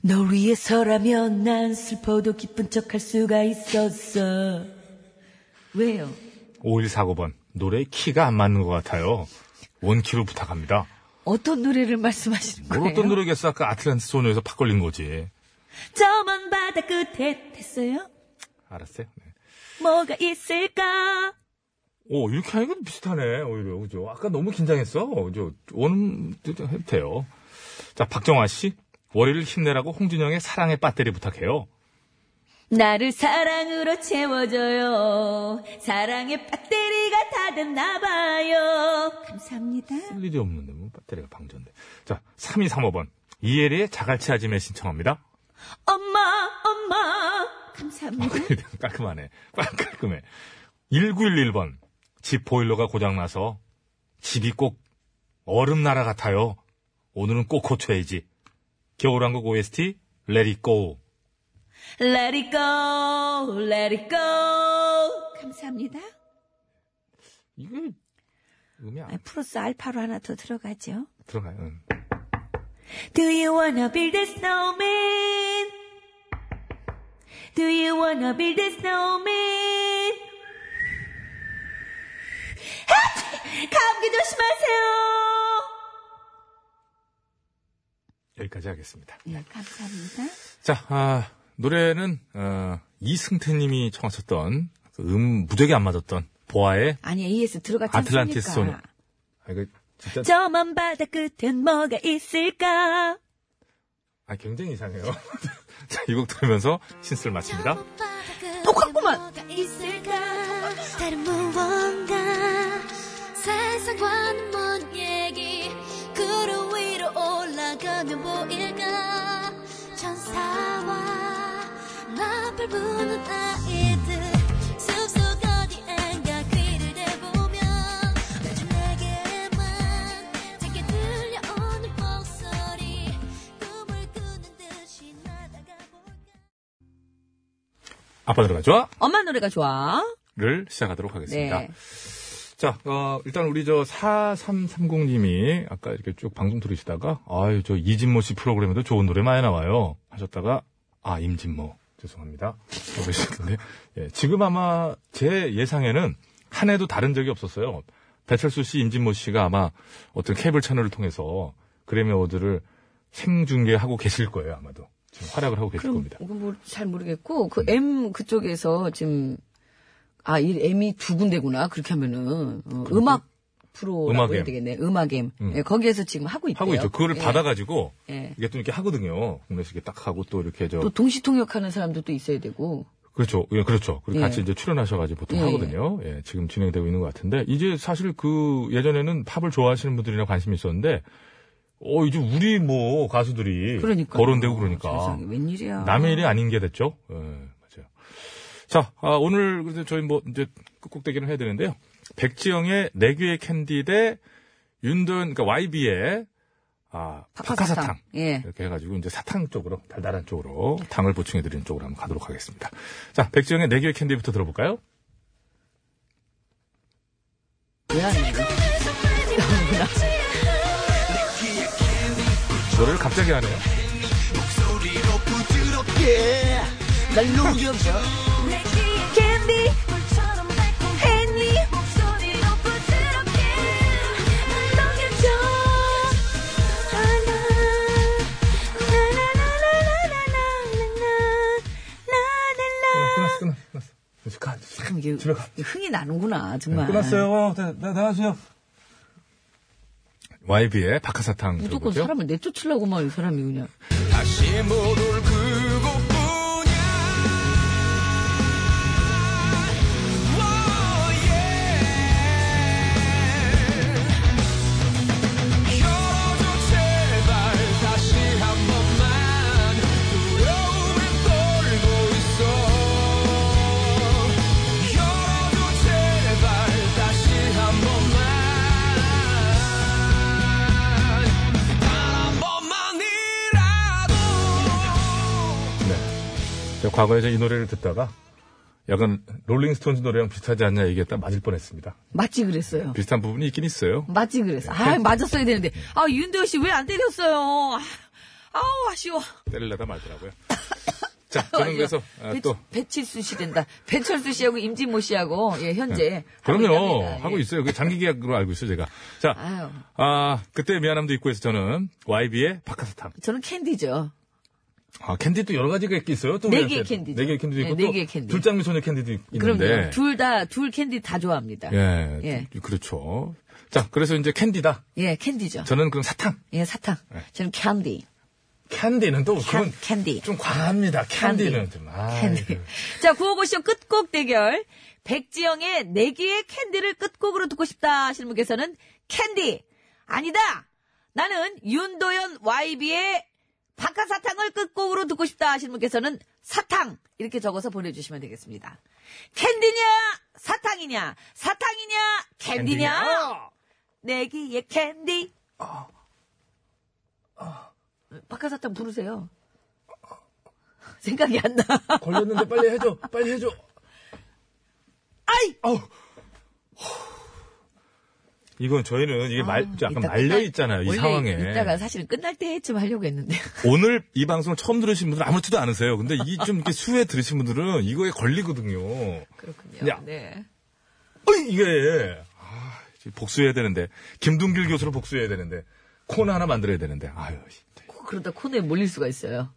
F: 널 위해서라면 난 슬퍼도 기쁜 척 할 수가 있었어
B: 왜요?
A: 5149번. 노래 키가 안 맞는 것 같아요. 원키로 부탁합니다.
B: 어떤 노래를 말씀하시는
A: 뭘
B: 거예요?
A: 어떤 노래겠어? 아까 아틀란티스 소녀에서 팍 걸린 거지.
F: 저먼 바다 끝에 됐어요?
A: 알았어요? 네.
F: 뭐가 있을까?
A: 오, 이렇게 하니까 비슷하네, 오히려. 그죠? 아까 너무 긴장했어. 그죠? 원, 해도 돼요. 자, 박정화 씨. 월요일 힘내라고 홍준영의 사랑의 배터리 부탁해요.
F: 나를 사랑으로 채워줘요 사랑의 배터리가 다 됐나봐요 감사합니다
A: 쓸 일이 없는데, 뭐, 배터리가 방전돼. 자, 3235번. 이혜리의 자갈치 아지매 신청합니다.
F: 엄마 엄마 어, 감사합니다
A: 깔끔하네. 깔끔해. 1911번. 집 보일러가 고장나서 집이 꼭 얼음 나라 같아요. 오늘은 꼭 고쳐야지. 겨울왕국 OST, Let It Go.
F: Let it go Let it go 감사합니다
A: 이게 음이 안
B: 아니, 플러스 알파로 하나 더 들어가죠.
A: 들어가요. 음. 응.
F: Do you wanna build a snowman? Do you wanna build a snowman? 아! 감기 조심하세요.
A: 여기까지 하겠습니다.
B: 예, 감사합니다.
A: 자, 아, 노래는 어, 이승태님이 청하셨던 그음 무적이 안 맞았던 보아의
B: 아니, AS 들어갔지
A: 아틀란티스 소녀.
B: 않습니까?
A: 아, 이거 진짜
F: 저먼 바다 끝엔 뭐가 있을까?
A: 아, 굉장히 이상해요. 자, 이 곡 들으면서 신스를 마칩니다.
B: 똑같구만.
C: 뭐가 있을까? 다른 무언가 세상과는 먼 얘기 구름 위로 올라가면 보일까 천사와 나팔 부는 아이들 숲속 어디엔가 귀를 대보면 요즘 내게만 작게 들려오는 목소리 꿈을 꾸는 듯이 날아가볼까
A: 아빠 노래가 좋아?
B: 엄마 노래가 좋아.
A: 를 시작하도록 하겠습니다.
B: 네.
A: 자, 어, 일단 우리 저 4330님이 아까 이렇게 쭉 방송 들으시다가, 아유, 저 이진모 씨 프로그램에도 좋은 노래 많이 나와요. 하셨다가, 아, 임진모. 죄송합니다. 그러고 계셨는데, 예, 지금 아마 제 예상에는 한 해도 다른 적이 없었어요. 배철수 씨, 임진모 씨가 아마 어떤 케이블 채널을 통해서 그래미 어워드를 생중계하고 계실 거예요, 아마도. 지금 활약을 하고 계실
B: 그럼
A: 겁니다.
B: 이거 뭐 잘 모르겠고 그 M 그쪽에서 지금 아 이 M이 두 군데구나 그렇게 하면은 어, 음악 프로라고
A: 그렇죠. 음악
B: 해야
A: M.
B: 되겠네 음악 M
A: 음.
B: 예, 거기에서 지금 하고 있대요.
A: 하고 있죠. 그거를
B: 예,
A: 받아가지고
B: 예.
A: 이게 또 이렇게 하거든요. 국내에서 이렇게 딱 하고 또 이렇게 저
B: 또 동시통역하는 사람도 또 있어야 되고
A: 그렇죠. 예, 그렇죠. 그리고
B: 예.
A: 같이 이제 출연하셔가지고 보통
B: 예,
A: 하거든요. 예, 지금 진행되고 있는 것 같은데, 이제 사실 그 예전에는 팝을 좋아하시는 분들이나 관심이 있었는데, 어, 이제 우리 뭐 가수들이.
B: 그러니까
A: 거론되고 그러니까.
B: 세상에, 웬일이야
A: 남의 일이 아닌 게 됐죠. 예, 맞아요. 자, 아, 오늘 그래서 저희 뭐 이제 끝곡대기를 해야 되는데요. 백지영의 내 귀의 캔디 대 윤도현, 그러니까 YB의 아,
B: 박하사탕.
A: 박하사탕.
B: 예.
A: 이렇게 해가지고 이제 사탕 쪽으로 달달한 쪽으로 당을 보충해드리는 쪽으로 한번 가도록 하겠습니다. 자, 백지영의 내기의 캔디부터 들어볼까요?
B: 왜안 해?
A: 노래를 갑자기 하네요.
B: 날 녹여줘
C: 내 귀에 캔디 물처럼 달콤했니 목소리로 부드럽게 날 녹여줘 나나나나나나나나나나나
A: 끝났어, 끝났어, 끝났어. 이제 가, 이제
B: 참 이게
A: 집에 가.
B: 흥이 나는구나 정말
A: 네, 끝났어요. 네, 나, 나, 나가세요. YB의 박하사탕
B: 무조건
A: 들어보죠.
B: 사람을 내쫓으려고만 이 사람이 그냥
D: 다시 못 올 그곳뿐이야 워, 예. 열어줘 제발 다시 한 번만 두려움에 떨고 있어 열어줘 제발 다시 한 번만 한 번만이라도
A: 제가 과거에 제이 노래를 듣다가 약간 롤링스톤즈 노래랑 비슷하지 않냐 얘기했다 맞을 뻔했습니다.
B: 맞지 그랬어요.
A: 비슷한 부분이 있긴 있어요.
B: 맞지 그랬어. 아 맞았어야 되는데. 아 윤도현 씨 왜 안 때렸어요? 아, 아우 아쉬워.
A: 때리려다 말더라고요. 자, 저는 그래서 아,
B: 배,
A: 또
B: 배칠수 씨 된다. 배철수 씨하고 임진모 씨하고 예 현재 하고
A: 네. 그럼요
B: 있답니다. 예.
A: 하고 있어요. 그 장기 계약으로 알고 있어요 제가. 자,
B: 아유.
A: 아 그때 미안함도 있고 해서 저는 YB의 박하사탕.
B: 저는 캔디죠.
A: 아 캔디 또 여러 가지가 있긴 있어요. 또
B: 네
A: 우리한테.
B: 개의 캔디죠.
A: 네 개의 캔디도 있고
B: 네, 네
A: 또
B: 개의 캔디.
A: 둘장미 소녀 캔디도 있-
B: 그럼요.
A: 있는데.
B: 둘 다 둘 캔디 다 좋아합니다. 예,
A: 예,
B: 예.
A: 그렇죠. 자, 그래서 이제 캔디다.
B: 캔디죠.
A: 저는 네. 그럼 사탕.
B: 예 사탕. 저는 캔디.
A: 캔디는 또 그건
B: 캔, 캔디.
A: 좀 과합니다. 캔디는
B: 캔디.
A: 좀. 아,
B: 캔디. 자, 구호고쇼 끝곡 대결. 백지영의 내기의 캔디를 끝곡으로 듣고 싶다 하시는 분께서는 캔디! 아니다! 나는 윤도현 YB의 박하사탕을 끝곡으로 듣고 싶다 하시는 분께서는 사탕! 이렇게 적어서 보내주시면 되겠습니다. 캔디냐? 사탕이냐? 사탕이냐? 캔디냐? 어. 내기의 캔디! 어. 박하사탕 부르세요. 생각이 안 나.
A: 걸렸는데 빨리 해줘. 빨리 해줘.
B: 아이!
A: 아우. 이건 저희는 이게 말,
B: 아,
A: 약간
B: 이따
A: 말려
B: 끝날-
A: 있잖아요. 이
B: 원래
A: 상황에.
B: 이따가 사실은 끝날 때쯤 하려고 했는데.
A: 오늘 이 방송을 처음 들으신 분들은 아무렇지도 않으세요. 근데 이 좀 이렇게 수에 들으신 분들은 이거에 걸리거든요.
B: 그렇군요.
A: 야.
B: 네.
A: 어이, 이게. 아, 이제 복수해야 되는데. 김동길 교수로 복수해야 되는데. 코너 하나 만들어야 되는데. 아유. 진짜.
B: 코- 그러다 코너에 몰릴 수가 있어요.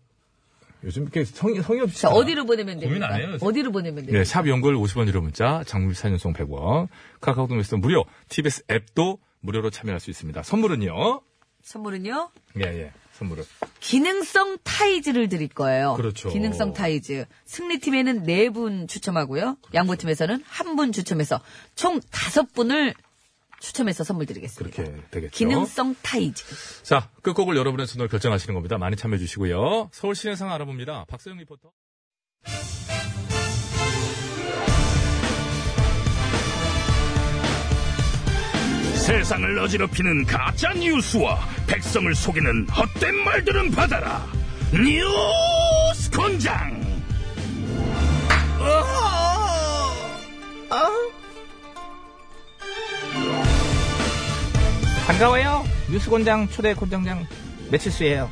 A: 요즘 이렇게 성의, 성의 없이.
B: 자, 어디로 보내면
A: 아, 고민
B: 됩니까?
A: 안 해요, 요새.
B: 어디로 보내면 됩니까?
A: 네, 샵 연골 50원 유료 문자, 장물 사연송 100원, 카카오톡 메시지 무료, TBS 앱도 무료로 참여할 수 있습니다. 선물은요?
B: 선물은요?
A: 예, 예, 선물은.
B: 기능성 타이즈를 드릴 거예요.
A: 그렇죠.
B: 기능성 타이즈. 승리팀에는 네 분 추첨하고요.
A: 그렇죠.
B: 양보팀에서는 한 분 추첨해서 총 다섯 분을 추첨해서 선물 드리겠습니다.
A: 그렇게 되겠죠.
B: 기능성 타이즈.
A: 자, 끝곡을 여러분의 손으로 결정하시는 겁니다. 많이 참여해 주시고요. 서울 시내 상황 알아봅니다. 박서영 리포터.
E: 세상을 어지럽히는 가짜 뉴스와 백성을 속이는 헛된 말들은 받아라. 뉴스 권장.
G: 반가워요. 뉴스곤장 초대 곤장장 매칠수예요.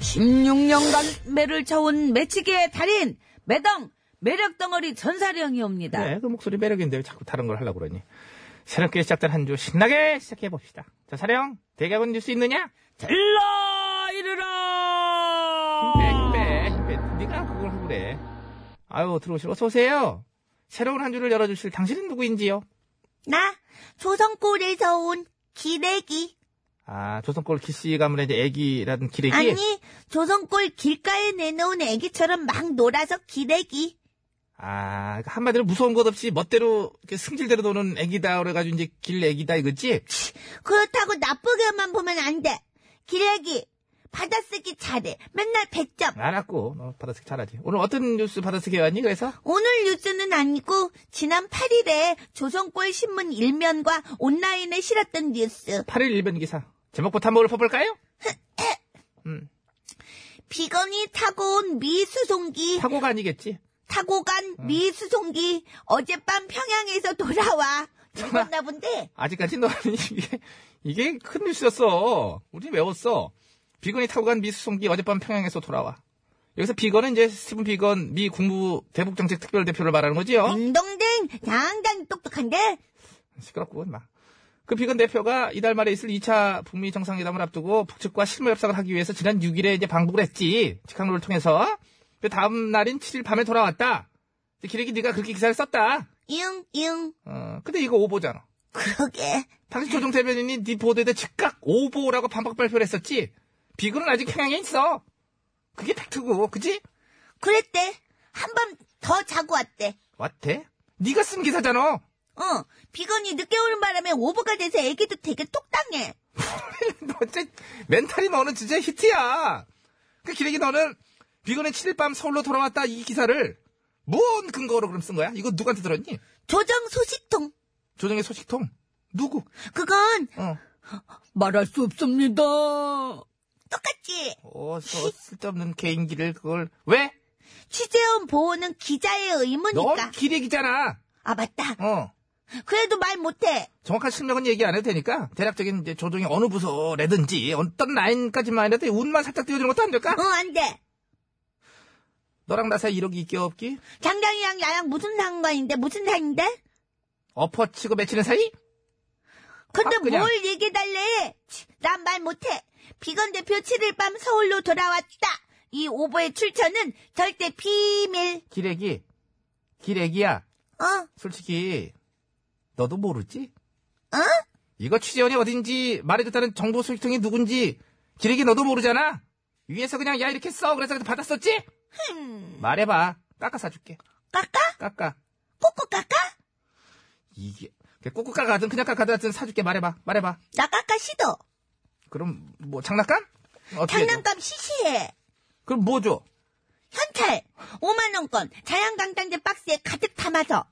B: 16년간 매를 쳐온 매치기의 달인 매덩 매력 덩어리 전사령이옵니다.
G: 네, 그 목소리 매력인데 왜 자꾸 다른 걸 하려고 그러니. 새롭게 시작된 한 주 신나게 시작해봅시다. 자, 사령, 대기학원 뉴스 있느냐?
B: 일러 이르라.
G: 백백, 백백. 네가 그걸 하고 그래. 아유, 들어오실, 어서오세요. 새로운 한 주를 열어주실 당신은 누구인지요?
C: 나 조선골에서 온 기레기
G: 아, 조선골 기씨 가문의 이제 애기라는 기레기.
C: 아니 조선골 길가에 내놓은 애기처럼 막 놀아서 기레기
G: 아, 그러니까 한마디로 무서운 것 없이 멋대로 이렇게 승질대로 노는 애기다 그래가지고 이제 길 애기다 이거지?
C: 그렇다고 나쁘게만 보면 안돼 기레기 받아쓰기 잘해 맨날 100점
G: 알았고, 너 받아쓰기 잘하지. 오늘 어떤 뉴스 받아쓰기 해왔니? 그래서?
C: 오늘 뉴스는 아니고 지난 8일에 조선골 신문 일면과 온라인에 실었던 뉴스
G: 8일 일변 기사. 제목부터 한번 읊어볼까요?
C: 비건이 타고 온 미수송기
G: 사고가 아니겠지.
C: 타고 간 미수송기 어젯밤 평양에서 돌아와 죽었나 본데
G: 아직까지 너 이게, 이게 큰 뉴스였어. 우리 외웠어. 비건이 타고 간 미수송기 어젯밤 평양에서 돌아와. 여기서 비건은 이제 스티븐 비건 미 국무 대북정책 특별대표를 말하는 거지요.
C: 딩동댕 당당히 똑똑한데
G: 시끄럽고 막. 그 비건 대표가 이달 말에 있을 2차 북미 정상회담을 앞두고 북측과 실무 협상을 하기 위해서 지난 6일에 이제 방북을 했지. 직항로를 통해서. 그 다음 날인 7일 밤에 돌아왔다. 근데 기레기 네가 그렇게 기사를 썼다.
C: 잉잉
G: 어, 근데 이거 오보잖아.
C: 그러게
G: 당시 조정 대변인이 네 보도에 대해 즉각 오보라고 반박 발표를 했었지. 비건은 아직 평양에 있어. 그게 팩트고, 그지?
C: 그랬대 한 밤 더 자고 왔대
G: 왔대? 네가 쓴 기사잖아.
C: 어 비건이 늦게 오는 바람에 오버가 돼서 애기도 되게 똑당해
G: 너 진짜 멘탈이 너는 진짜 히트야. 그 기레기 너는 비건의 7일 밤 서울로 돌아왔다 이 기사를 뭔 근거로 그럼 쓴 거야? 이거 누구한테 들었니?
C: 조정 소식통
G: 조정의 소식통. 누구?
C: 그건
G: 어.
B: 말할 수 없습니다.
C: 똑같지
G: 어, 저 쓸데없는 개인기를 그걸 왜?
C: 취재원 보호는 기자의 의무니까
G: 넌 기레기잖아.
C: 아 맞다
G: 어.
C: 그래도 말 못해
G: 정확한 실명은 얘기 안 해도 되니까 대략적인 이제 조정이 어느 부서라든지 어떤 라인까지만 해도 운만 살짝 띄워주는 것도 안 될까?
C: 어 안돼
G: 너랑 나 사이 1억이 있기 없기?
C: 장장이랑 나랑 무슨 상관인데 무슨 상인데
G: 엎어치고 맺히는 사이?
C: 근데
G: 아, 그냥.
C: 뭘 얘기해달래? 난 말 못해. 비건 대표 7일 밤 서울로 돌아왔다. 이 오보의 출처는 절대 비밀.
G: 기레기. 기레기야.
C: 어?
G: 솔직히 너도 모르지?
C: 어?
G: 이거 취재원이 어딘지 말해줬다는 정보 소식통이 누군지 기레기 너도 모르잖아? 위에서 그냥 야 이렇게 써 그래서 받았었지? 말해봐 깎아 사줄게
C: 깎아?
G: 깎아
C: 꾹꾹 깎아?
G: 이게 꾹꾹 깎아든 그냥 깎아든 사줄게 말해봐 말해봐
C: 나 깎아 시도.
G: 그럼 뭐 장난감? 어떻게 해줘?
C: 장난감 시시해.
G: 그럼 뭐 줘?
C: 현찰. 5만원권. 자양강장제 박스에 가득 담아서.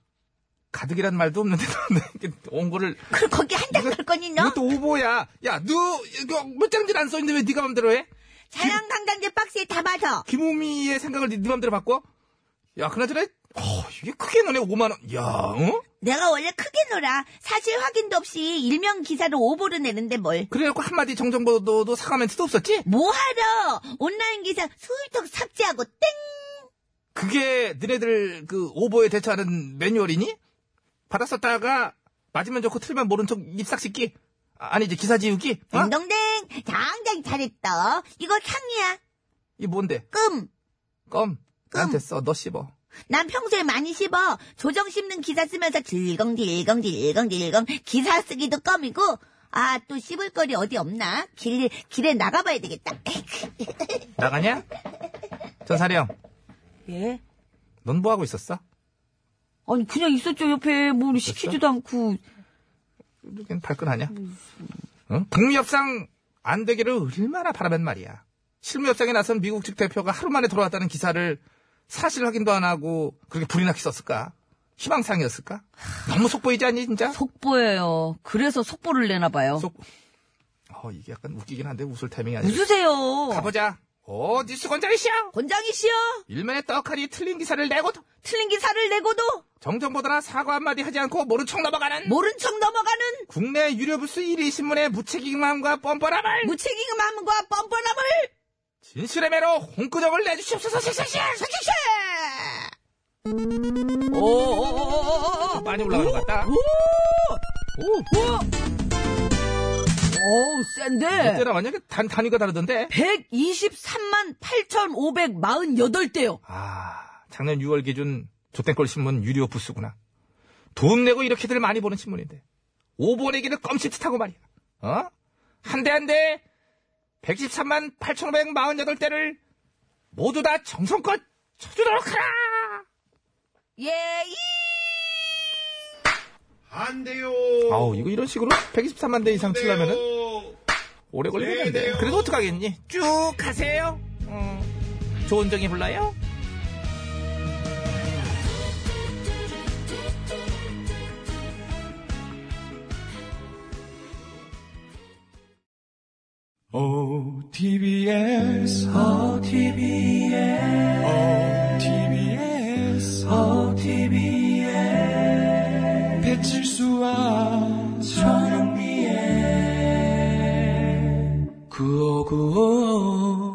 G: 가득이란 말도 없는데 너는 이렇게 온 거를
C: 그럼 거기 한 장 넣을 거니 너?
G: 이것도 오보야 야너 이거 몇 장질 안 써있는데 왜 네가 맘대로 해?
C: 자양강장제 박스에 담아서.
G: 김우미의 생각을 네, 네 맘대로 바꿔? 야, 그나저나, 어, 이게 크게 너네 5만원. 야, 어?
C: 내가 원래 크게 놀아. 사실 확인도 없이 일명 기사로 오보를 내는데 뭘.
G: 그래놓고 한마디 정정보도도 사과 멘트도 없었지?
C: 뭐하러 온라인 기사 술떡 삭제하고 땡
G: 그게 너네들 그 오보에 대처하는 매뉴얼이니? 받았었다가 맞으면 좋고 틀리면 모른 척 입삭시키? 아, 아니, 이제 기사 지우기? 어?
C: 댕동댕 당장 잘했다 이거 향이야
G: 이 뭔데?
C: 끔 난
G: 껌. 나한테 써. 너 씹어.
C: 평소에 많이 씹어 조정 씹는 기사 쓰면서 질겅질겅질겅질겅 기사 쓰기도 껌이고 아 또 씹을 거리 어디 없나 길, 길에 나가봐야 되겠다
G: 나가냐? 전사령,
B: 예.
G: 넌 뭐하고 있었어?
B: 아니 그냥 있었죠 옆에 뭘 시키지도 않고
G: 이렇게 발끈하냐? 응? 북미 협상 안 되기를 얼마나 바라면 말이야. 실무 협상에 나선 미국 측 대표가 하루 만에 돌아왔다는 기사를 사실 확인도 안 하고 그렇게 불이 나게 썼을까? 희망상이었을까? 너무 속보이지 않니 진짜?
B: 속보예요. 그래서 속보를 내나 봐요.
G: 속- 어 이게 약간 웃기긴 한데 웃을 타이밍이 아니야.
B: 웃으세요.
G: 가보자. 어 뉴스 권장이시여.
B: 권장이 씨요.
G: 일면에 떡하니 틀린 기사를 내고도
B: 틀린 기사를 내고도
G: 정정보도나 사과 한마디 하지 않고 모른 척 넘어가는
B: 모른 척 넘어가는
G: 국내 유료 부스 1위 신문의 무책임함과 뻔뻔함을
B: 무책임함과 뻔뻔함을
G: 진실의 매로 홍구정을 내주시옵소서. 씩씩씩!
C: 샥샥샥
B: 어, 오오오오오오
G: 많이 올라간 것 같다.
B: 오우 센데
G: 그때 나왔냐? 단, 단위가 다르던데.
B: 123만 8,548대요.
G: 아, 작년 6월 기준 조땡골 신문 유료 부스구나. 돈 내고 이렇게들 많이 보는 신문인데. 오보내기를 껌씹듯하고 말이야. 어? 한 대 한 대 113만 8,548대를 모두 다 정성껏 쳐주도록 하라!
B: 예, 이
G: 아우, 이거 이런 식으로 113만 대 이상 치려면은 오래 걸리겠는데. 그래도 어떡하겠니? 쭉 가세요. 어, 좋은 정이 불러요?
D: OTBS,
G: 어,
D: OTBS, OTBS, OTBS. 배칠수와 저녁미에 구호구호.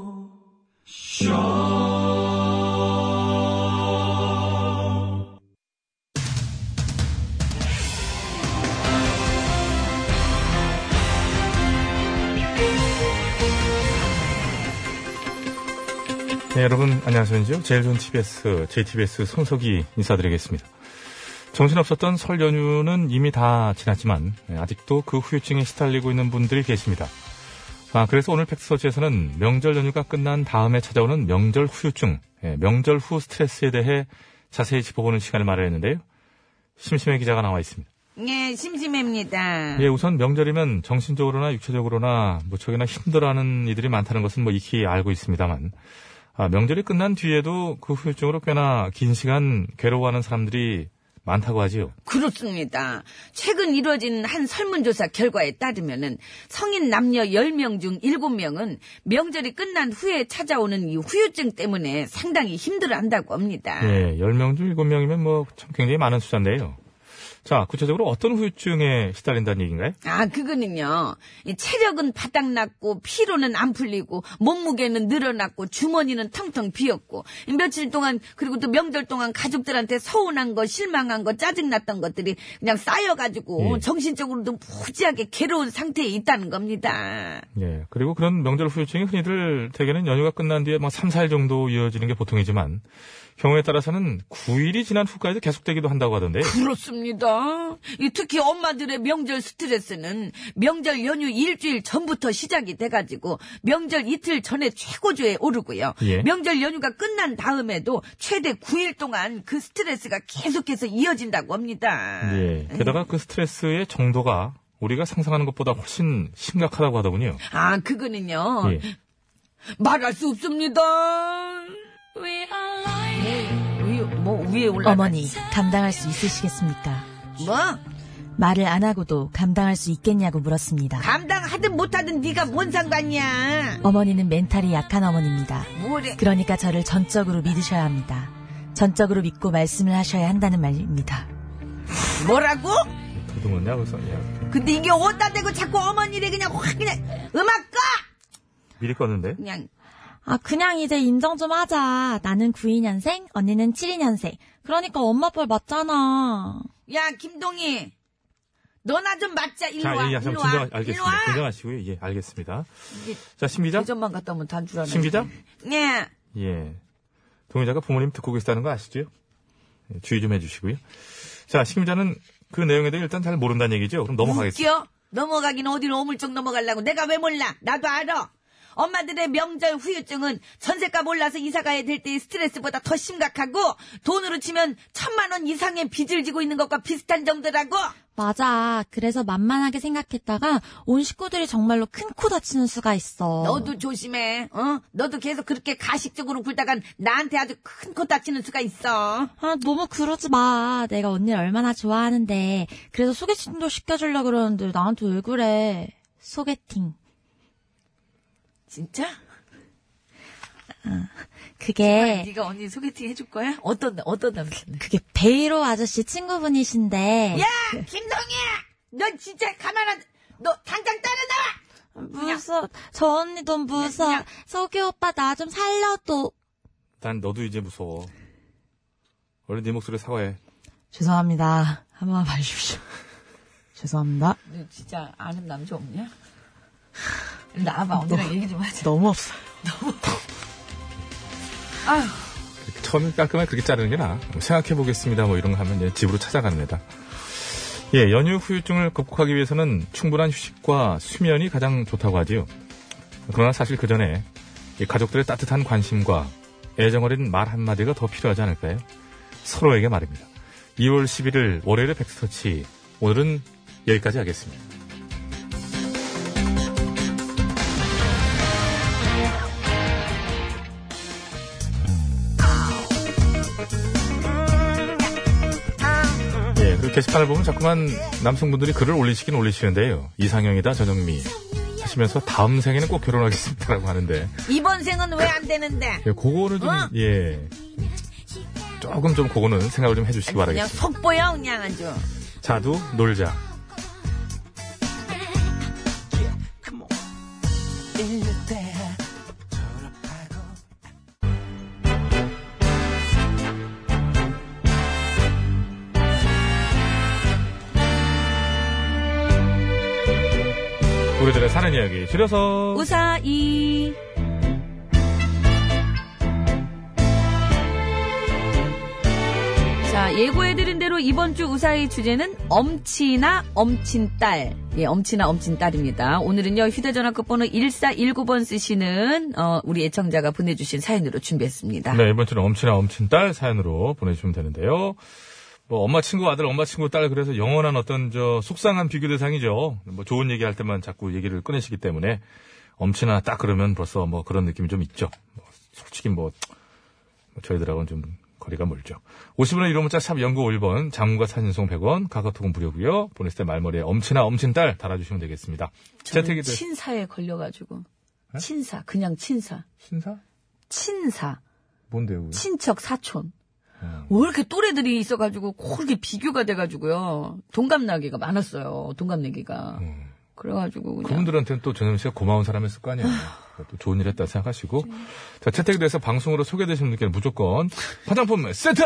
A: 네, 여러분 안녕하세요. 제일 좋은 TBS, JTBS 손석희 인사드리겠습니다. 정신없었던 설 연휴는 이미 다 지났지만 네, 아직도 그 후유증에 시달리고 있는 분들이 계십니다. 아, 그래서 오늘 팩트서치에서는 명절 연휴가 끝난 다음에 찾아오는 명절 후유증, 예, 명절 후 스트레스에 대해 자세히 짚어보는 시간을 마련했는데요. 심심해 기자가 나와 있습니다.
B: 예, 심심합니다.
A: 예, 우선 명절이면 정신적으로나 육체적으로나 무척이나 힘들어하는 이들이 많다는 것은 뭐 익히 알고 있습니다만, 아, 명절이 끝난 뒤에도 그 후유증으로 꽤나 긴 시간 괴로워하는 사람들이 많다고 하지요.
B: 그렇습니다. 최근 이뤄진 한 설문조사 결과에 따르면은 성인 남녀 10명 중 7명은 명절이 끝난 후에 찾아오는 이 후유증 때문에 상당히 힘들어한다고 합니다.
A: 예, 10명 중 7명이면 뭐 참 굉장히 많은 숫자인데요. 자, 구체적으로 어떤 후유증에 시달린다는 얘기인가요?
B: 아, 그거는요. 이 체력은 바닥났고, 피로는 안 풀리고, 몸무게는 늘어났고, 주머니는 텅텅 비었고, 이 며칠 동안, 그리고 또 명절 동안 가족들한테 서운한 거, 실망한 거, 짜증났던 것들이 그냥 쌓여가지고,
A: 예.
B: 정신적으로도 무지하게 괴로운 상태에 있다는 겁니다.
A: 예, 그리고 그런 명절 후유증이 흔히들 대개는 연휴가 끝난 뒤에 막 3, 4일 정도 이어지는 게 보통이지만 경우에 따라서는 9일이 지난 후까지도 계속되기도 한다고 하던데요.
B: 그렇습니다. 이 특히 엄마들의 명절 스트레스는 명절 연휴 일주일 전부터 시작이 돼가지고 명절 이틀 전에 최고조에 오르고요.
A: 예.
B: 명절 연휴가 끝난 다음에도 최대 9일 동안 그 스트레스가 계속해서 이어진다고 합니다. 음.
A: 예, 게다가 그 스트레스의 정도가 우리가 상상하는 것보다 훨씬 심각하다고 하더군요.
B: 아, 그거는요.
A: 예.
B: 말할 수 없습니다. 위, 뭐 위에 올라.
H: 어머니, 감당할 수 있으시겠습니까?
B: 뭐
H: 말을 안 하고도 감당할 수 있겠냐고 물었습니다.
B: 감당하든 못하든 네가 뭔 상관이야.
H: 어머니는 멘탈이 약한 어머니입니다.
B: 뭐래?
H: 그러니까 저를 전적으로 믿으셔야 합니다. 전적으로 믿고 말씀을 하셔야 한다는 말입니다.
B: 뭐라고?
A: 도둑었냐 그래서 예.
B: 근데 이게 어디다 대고 자꾸 어머니를 그냥 확 그냥 음악 꺼!
A: 미리 껐는데.
B: 그냥
H: 아, 그냥 이제 인정 좀 하자. 나는 92년생, 언니는 72년생. 그러니까 엄마 뻘 맞잖아.
B: 야 김동희 너나 좀 맞자 일로
A: 자,
B: 와
A: 예, 예,
B: 일로
A: 잠깐 진정,
B: 와 일로
A: 알겠습니다.
B: 와
A: 진정하시고요. 예, 알겠습니다.
B: 이게
A: 자, 신비자.
B: 대전만 갔다 오면 단줄 하나
A: 신비자?
B: 예
A: 예. 동의자가 부모님 듣고 계시다는 거 아시죠? 예, 주의 좀 해주시고요. 자, 신비자는 그 내용에 대해 일단 잘 모른다는 얘기죠? 그럼 넘어가겠습니다.
B: 웃겨? 넘어가긴 어디로 오물쩍 넘어가려고 내가 왜 몰라 나도 알아 엄마들의 명절 후유증은 전세값 올라서 이사가야 될 때의 스트레스보다 더 심각하고 돈으로 치면 천만 원 이상의 빚을 지고 있는 것과 비슷한 정도라고
I: 맞아. 그래서 만만하게 생각했다가 온 식구들이 정말로 큰 코 다치는 수가 있어.
B: 너도 조심해. 어? 너도 계속 그렇게 가식적으로 굴다간 나한테 아주 큰 코 다치는 수가 있어.
I: 아, 너무 그러지 마. 내가 언니를 얼마나 좋아하는데. 그래서 소개팅도 시켜주려고 그러는데 나한테 왜 그래. 소개팅.
B: 진짜?
I: 그게
B: 네가 언니 소개팅 해줄 거야? 어떤 어떤 남자는?
I: 그게 베이로 아저씨 친구분이신데
B: 야, 김동희야, 넌 진짜 가만 안. 너 당장 따라 나와.
I: 무서 저 언니도 무서
B: 그냥.
I: 석유 오빠 나 좀 살려도
A: 난 너도 이제 무서워. 얼른 네 목소리 사과해.
I: 죄송합니다. 한 번만 봐주십시오. 죄송합니다.
B: 너 진짜 아는 남자 없냐? 일로 나와봐 언니랑 얘기 좀 하자.
I: 너무 없어.
A: 그렇게 처음에 깔끔하게 그렇게 자르는 게 나아. 생각해 보겠습니다. 뭐 이런 거 하면 이제 집으로 찾아갑니다. 예, 연휴 후유증을 극복하기 위해서는 충분한 휴식과 수면이 가장 좋다고 하지요. 그러나 사실 그 전에 이 가족들의 따뜻한 관심과 애정어린 말 한마디가 더 필요하지 않을까요? 서로에게 말입니다. 2월 11일 월요일의 백스터치. 오늘은 여기까지 하겠습니다. 예, 그 게시판을 보면 자꾸만 남성분들이 글을 올리시긴 올리시는데요. 이상형이다, 전영미.
C: 네.
A: 하시면서 다음 생에는 꼭 결혼하겠습니다라고 하는데.
B: 이번 생은 왜 안 되는데?
A: 예, 그거는 좀,
B: 어?
A: 예. 조금 좀 그거는 생각을 좀 해주시기
B: 그냥
A: 바라겠습니다.
B: 속보야 그냥 아주.
A: 자두, 놀자. 우리들의 사는 이야기 줄여서
B: 우사이. 자, 예고해드린 대로 이번 주 우사의 주제는 엄치나 엄친딸. 예, 엄치나 엄친딸입니다. 오늘은요, 휴대전화 끝번호 1419번 쓰시는, 어, 우리 애청자가 보내주신 사연으로 준비했습니다.
A: 네, 이번 주는 엄친아 엄친 딸 사연으로 보내주시면 되는데요. 뭐 엄마 친구 아들, 엄마 친구 딸 그래서 영원한 어떤 저 속상한 비교 대상이죠. 뭐 좋은 얘기할 때만 자꾸 얘기를 꺼내시기 때문에 엄친아 딱 그러면 벌써 뭐 그런 느낌이 좀 있죠. 뭐 솔직히 뭐, 뭐 저희들하고는 좀 거리가 멀죠. 50원의 이름 문자 샵 연구 5번 장문과 사진 송 100원 카카오톡은 무료고요. 보냈을 때 말머리에 엄친아 엄친 딸 달아주시면 되겠습니다.
B: 저는
A: 재택이 네? 돼-
B: 친사에 걸려가지고. 친사, 그냥 친사.
A: 신사?
B: 친사.
A: 뭔데요? 그게?
B: 친척 사촌.
A: 음.
B: 왜 이렇게 또래들이 있어가지고 그렇게 비교가 돼가지고요 동갑내기가 많았어요 동갑내기가 그래가지고 그냥
A: 음. 그분들한테는 또 전현무 씨가 고마운 사람이었을 거 아니에요. 그러니까 또 좋은 일 했다 생각하시고. 자, 채택이 돼서 방송으로 소개되신 분께는 무조건 화장품 세트!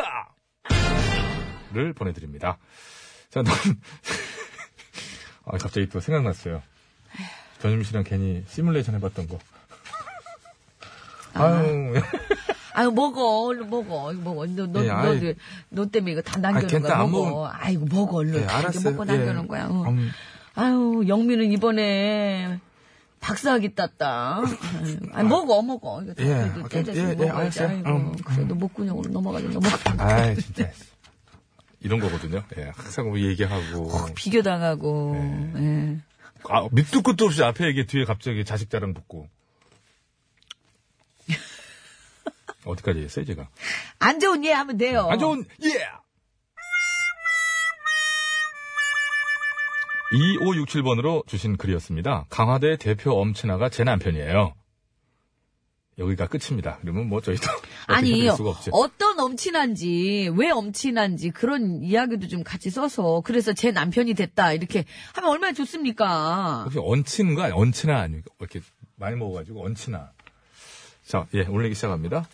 A: 를 보내드립니다. 자, 넌. 아, 갑자기 또 생각났어요. 전현무 씨랑 괜히 시뮬레이션 해봤던 거. 아유,
B: 아유 먹어 얼른 먹어 이거 먹어 너너너
A: 예, 아이.
B: 너 때문에 이거 다 남겨놓은
A: 걔는
B: 거야
A: 안
B: 먹어
A: 먹으면-
B: 아이고 먹어 얼른
A: 예,
B: 다 이렇게
A: 알았어요.
B: 먹고
A: 예.
B: 남겨놓은 거야 어.
A: 음,
B: 아유 영민은 이번에 박사학위 땄다 아 먹어 먹어 이거 다
A: 예,
B: 그래도
A: 아,
B: 떼져서
A: 예, 예,
B: 먹어야지
A: 알았어요.
B: 아이고
A: 음.
B: 그래도 목구멍으로 넘어가긴 넘어가
A: 아이, 진짜. 이런 거거든요. 예, 항상 우리 얘기하고.
B: 비교당하고 예.
A: 아, 밑도 끝도 없이 앞에 얘기 뒤에 갑자기 자식 자랑 붙고. 어디까지 했어요, 제가?
B: 안 좋은 예 하면 돼요
A: 안 좋은, 예! 2567번으로 주신 글이었습니다. 강화대 대표 엄친아가 제 남편이에요. 여기가 끝입니다. 그러면 뭐 저희도.
B: 아니,
A: 할 수가 없지.
B: 어떤 엄친한지, 왜 엄친한지, 그런 이야기도 좀 같이 써서, 그래서 제 남편이 됐다, 이렇게 하면 얼마나 좋습니까?
A: 혹시 얹히는 거 아니, 얹히나 아니에요? 이렇게 많이 먹어가지고 얹히나. 자, 예, 올리기 시작합니다.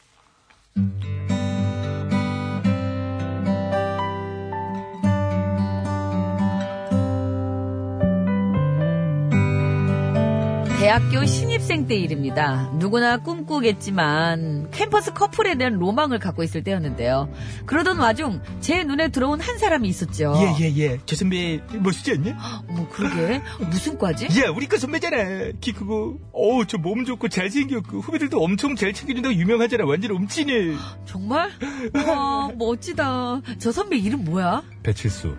B: 대학교 신입생 때 일입니다. 누구나 꿈꾸겠지만, 캠퍼스 커플에 대한 로망을 갖고 있을 때였는데요. 그러던 와중, 제 눈에 들어온 한 사람이 있었죠.
G: 예예예 저 선배 멋있지 않냐?
B: 뭐, 그러게. 무슨 과지?
G: 야 우리 과 선배잖아 키 크고 어우 저 몸 좋고 잘생겼고 후배들도 엄청 잘 챙겨준다고 유명하잖아 완전 음치네
B: 정말? 와, 멋지다. 저 선배 이름 뭐야?
A: 배칠수.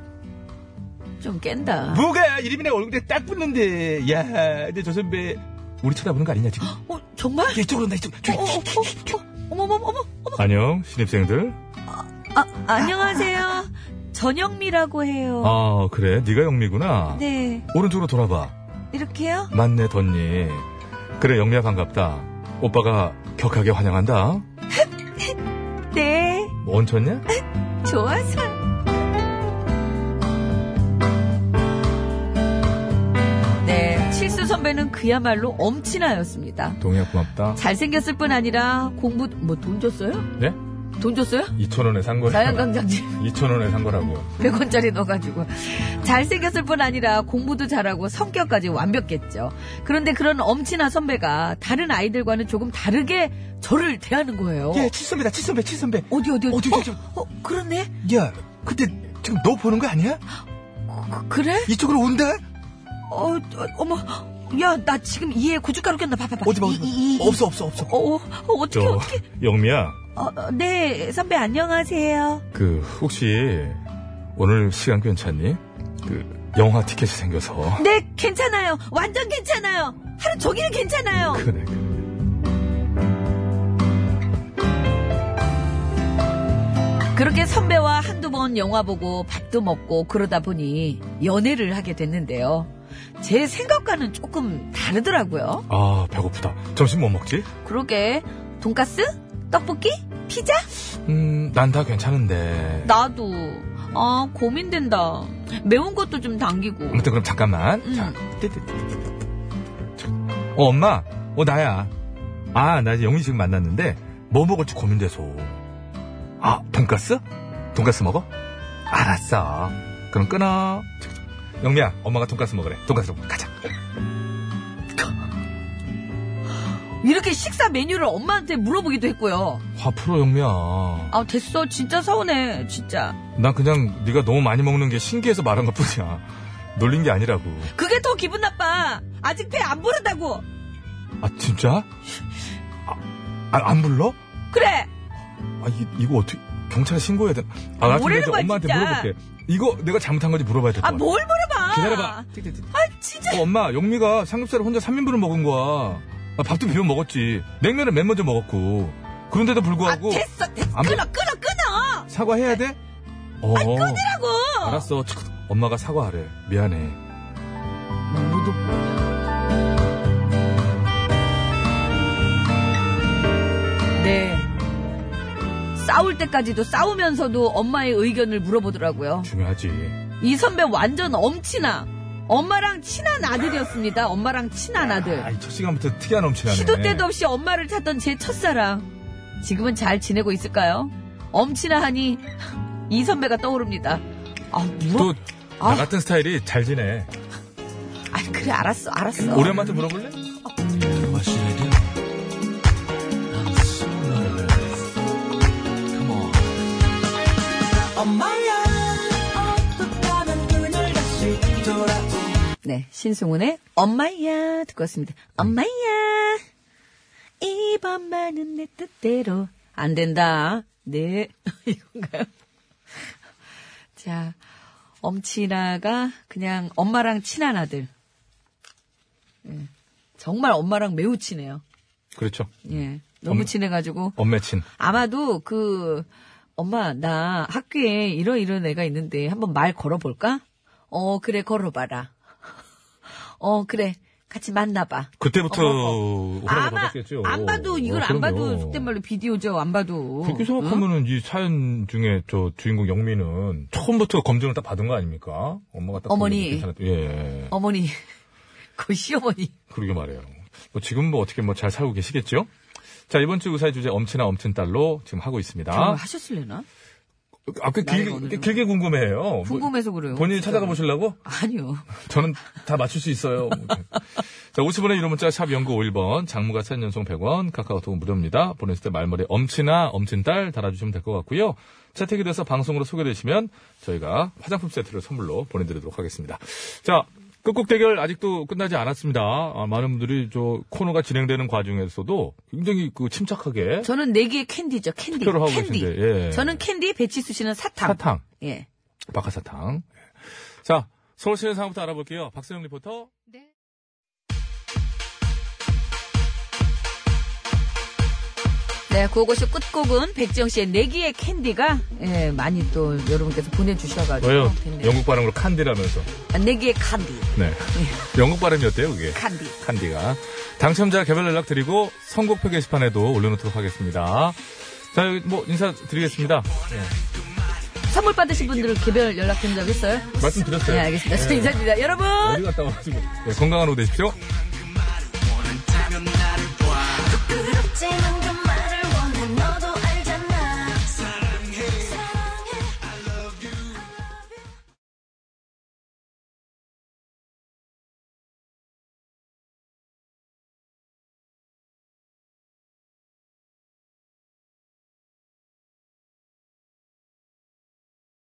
B: 좀 깬다.
G: 뭐가 이름이나 얼굴에 딱 붙는데 야 근데 저 선배 우리 쳐다보는 거 아니냐 지금
B: 어, 정말?
G: 이쪽으로 온다 이쪽
B: 어, 어, 어, 어, 어머, 어머, 어머.
A: 안녕, 신입생들.
B: 아, 안녕하세요. 전영미라고 해요.
A: 아 그래 네가 영미구나
I: 네,
A: 오른쪽으로 돌아봐
I: 이렇게요?
A: 맞네 덧니 그래 영미야 반갑다 오빠가 격하게 환영한다
I: 네.
A: 원쳤냐?
B: 좋아서. 네, 칠수 선배는 그야말로 엄친아였습니다.
A: 동희야 고맙다
B: 잘생겼을 뿐 아니라 공부, 뭐 돈 줬어요?
A: 네?
B: 돈 줬어요?
A: 2,000원에 산 거라고.
B: 자연강장제
A: 2,000원에 산 거라고.
B: 100원짜리 넣어가지고. 잘생겼을 뿐 아니라 공부도 잘하고 성격까지 완벽했죠. 그런데 그런 엄친아 선배가 다른 아이들과는 조금 다르게 저를 대하는 거예요.
G: 예, 칠선배다, 칠선배, 칠선배.
B: 어디, 어디, 어디.
G: 어디, 어디,
B: 어, 어, 그렇네?
G: 야, 근데 지금 너 보는 거 아니야?
B: 그, 그래?
G: 이쪽으로 온다?
B: 어, 어, 어머. 야, 나 지금 이에 고춧가루 꼈나 봐봐봐.
G: 어디 봐,
B: 이,
G: 어디 봐.
B: 이, 이,
G: 없어, 없어, 없어.
B: 어, 어, 어, 어떻게,
A: 저,
B: 어떻게.
A: 영미야,
B: 네, 선배 안녕하세요.
A: 그, 혹시, 오늘 시간 괜찮니? 그, 영화 티켓이 생겨서.
B: 네, 괜찮아요. 완전 괜찮아요. 하루 종일 괜찮아요.
A: 그래, 네, 그래.
B: 그렇게 선배와 한두 번 영화 보고 밥도 먹고 그러다 보니 연애를 하게 됐는데요. 제 생각과는 조금 다르더라고요.
A: 아, 배고프다. 점심 뭐 먹지?
B: 그러게 돈가스? 떡볶이? 피자?
A: 음, 난 다 괜찮은데.
B: 나도 아 고민된다. 매운 것도 좀 당기고.
A: 아무튼 그럼 잠깐만.
B: 음.
A: 자, 띠띠띠띠띠. 자, 어, 엄마. 어, 나야. 아, 나 이제 영희 지금 만났는데, 뭐 먹을지 고민돼서. 아, 돈가스? 돈가스 먹어? 알았어. 그럼 끊어. 영미야, 엄마가 돈가스 먹으래. 돈가스로 가자.
B: 이렇게 식사 메뉴를 엄마한테 물어보기도 했고요.
A: 화 풀어, 영미야.
B: 아 됐어 진짜 서운해 진짜.
A: 난 그냥 네가 너무 많이 먹는 게 신기해서 말한 것 뿐이야. 놀린 게 아니라고.
B: 그게 더 기분 나빠. 아직 배 안 부르다고.
A: 아, 진짜? 아, 아, 안 불러?
B: 그래
A: 아, 이, 이거 어떻게, 경찰에 신고해야 되나? 아, 나
B: 뭐라는
A: 지금
B: 거야,
A: 엄마한테
B: 진짜.
A: 물어볼게. 이거 내가 잘못한 건지 물어봐야 될 것
B: 아
A: 같아.
B: 뭘 물어봐.
A: 뭐, 기다려봐.
B: 아 진짜.
A: 어, 엄마, 영미가 삼겹살을 혼자 3인분을 먹은 거야. 아, 밥도 비벼 먹었지. 냉면은 맨 먼저 먹었고. 그런데도
B: 아
A: 불구하고.
B: 됐어 됐어.
A: 뭐, 안
B: 끊어 끊어 끊어.
A: 사과해야 돼? 어.
B: 하고.
A: 알았어. 치, 엄마가 사과하래. 미안해. 아.
B: 네. 싸울 때까지도 싸우면서도 엄마의 의견을 물어보더라고요.
A: 중요하지.
B: 이 선배 완전 엄친아. 엄마랑 친한 아들이었습니다. 엄마랑 친한 아들.
A: 아이, 첫 시간부터 특이한 엄친하네.
B: 네. 시도 때도 없이 엄마를 찾던 제 첫사랑. 지금은 잘 지내고 있을까요? 엄친아 하니 이 선배가 떠오릅니다. 아, 물어?
A: 또, 나 같은 스타일이 잘 지내.
B: 아, 그래, 알았어, 알았어.
A: 우리 엄마한테 물어볼래?
B: 네, 신승훈의 엄마야 듣고 왔습니다. 엄마야 이번만은 내 뜻대로 안 된다. 네, 이건가요? 자, 엄친아가 그냥 엄마랑 친한 아들. 예, 정말 엄마랑 매우 친해요.
A: 그렇죠.
B: 예, 너무
A: 엄-
B: 친해가지고
A: 엄매친.
B: 아마도 그 엄마 나 학교에 이런 이런 애가 있는데 한번 말 걸어볼까? 어 그래 걸어봐라. 어 그래 같이 만나봐.
A: 그때부터
B: 어머,
A: 허락을
B: 아마
A: 받았겠죠.
B: 안 봐도 이걸
A: 어, 그럼요.
B: 안 봐도 속된 말로 비디오죠 안 봐도.
A: 그렇게 생각하면은 이 사연 중에 저 주인공 영미는 처음부터 검증을 딱 받은 거 아닙니까? 엄마가 딱
B: 어머니.
A: 보면서 괜찮았- 예.
B: 어머니 그 시어머니.
A: 그러게 말이에요. 뭐 지금 뭐 어떻게 뭐 잘 살고 계시겠죠? 자 이번 주 의사의 주제 엄친아 엄친 딸로 지금 하고 있습니다.
B: 결혼 하셨을래나?
A: 아, 그
B: 나이가
A: 길게
B: 어느 정도?
A: 길게 궁금해요. 뭐
B: 궁금해서 그래요.
A: 본인이 찾아가 보시려고?
B: 아니요.
A: 저는 다 맞출 수 있어요. 자, 50원의 유료 문자 샵 연구 51번, 장무가 사연 연속 100원, 카카오톡 무료입니다. 보냈을 때 말머리에 엄친아, 엄친딸 달아주시면 될 것 같고요. 채택이 돼서 방송으로 소개되시면 저희가 화장품 세트를 선물로 보내드리도록 하겠습니다. 자, 끝곡 대결 아직도 끝나지 않았습니다. 아, 많은 분들이 저 코너가 진행되는 과정에서도 굉장히 그 침착하게
B: 저는 네 개의 캔디죠 캔디.
A: 투표를 하고
B: 캔디.
A: 계신데, 예.
B: 저는 캔디 배치수 씨는 사탕.
A: 사탕,
B: 예.
A: 바카사탕. 예. 자, 서울시내 상황부터 알아볼게요. 박세영 리포터.
B: 네, 고고쇼 끝곡은 백지영 씨의 내기의 캔디가 예, 많이 또 여러분께서 보내주셔가지고
A: 왜요?
B: 됐네요.
A: 영국 발음으로 칸디라면서.
B: 아, 내기의 칸디,
A: 네. 영국 발음이었대요, 그게.
B: 칸디.
A: 칸디가. 당첨자 개별 연락 드리고 선곡표 게시판에도 올려놓도록 하겠습니다. 자, 여기 뭐 인사 드리겠습니다.
B: 선물 받으신 분들 개별 연락 드린 적 있어요?
A: 말씀드렸어요.
B: 네, 알겠습니다. 저 인사드립니다. 여러분.
A: 어디 갔다 와가지고. 네, 건강한 오후 되십시오.
I: 부끄럽지만 좀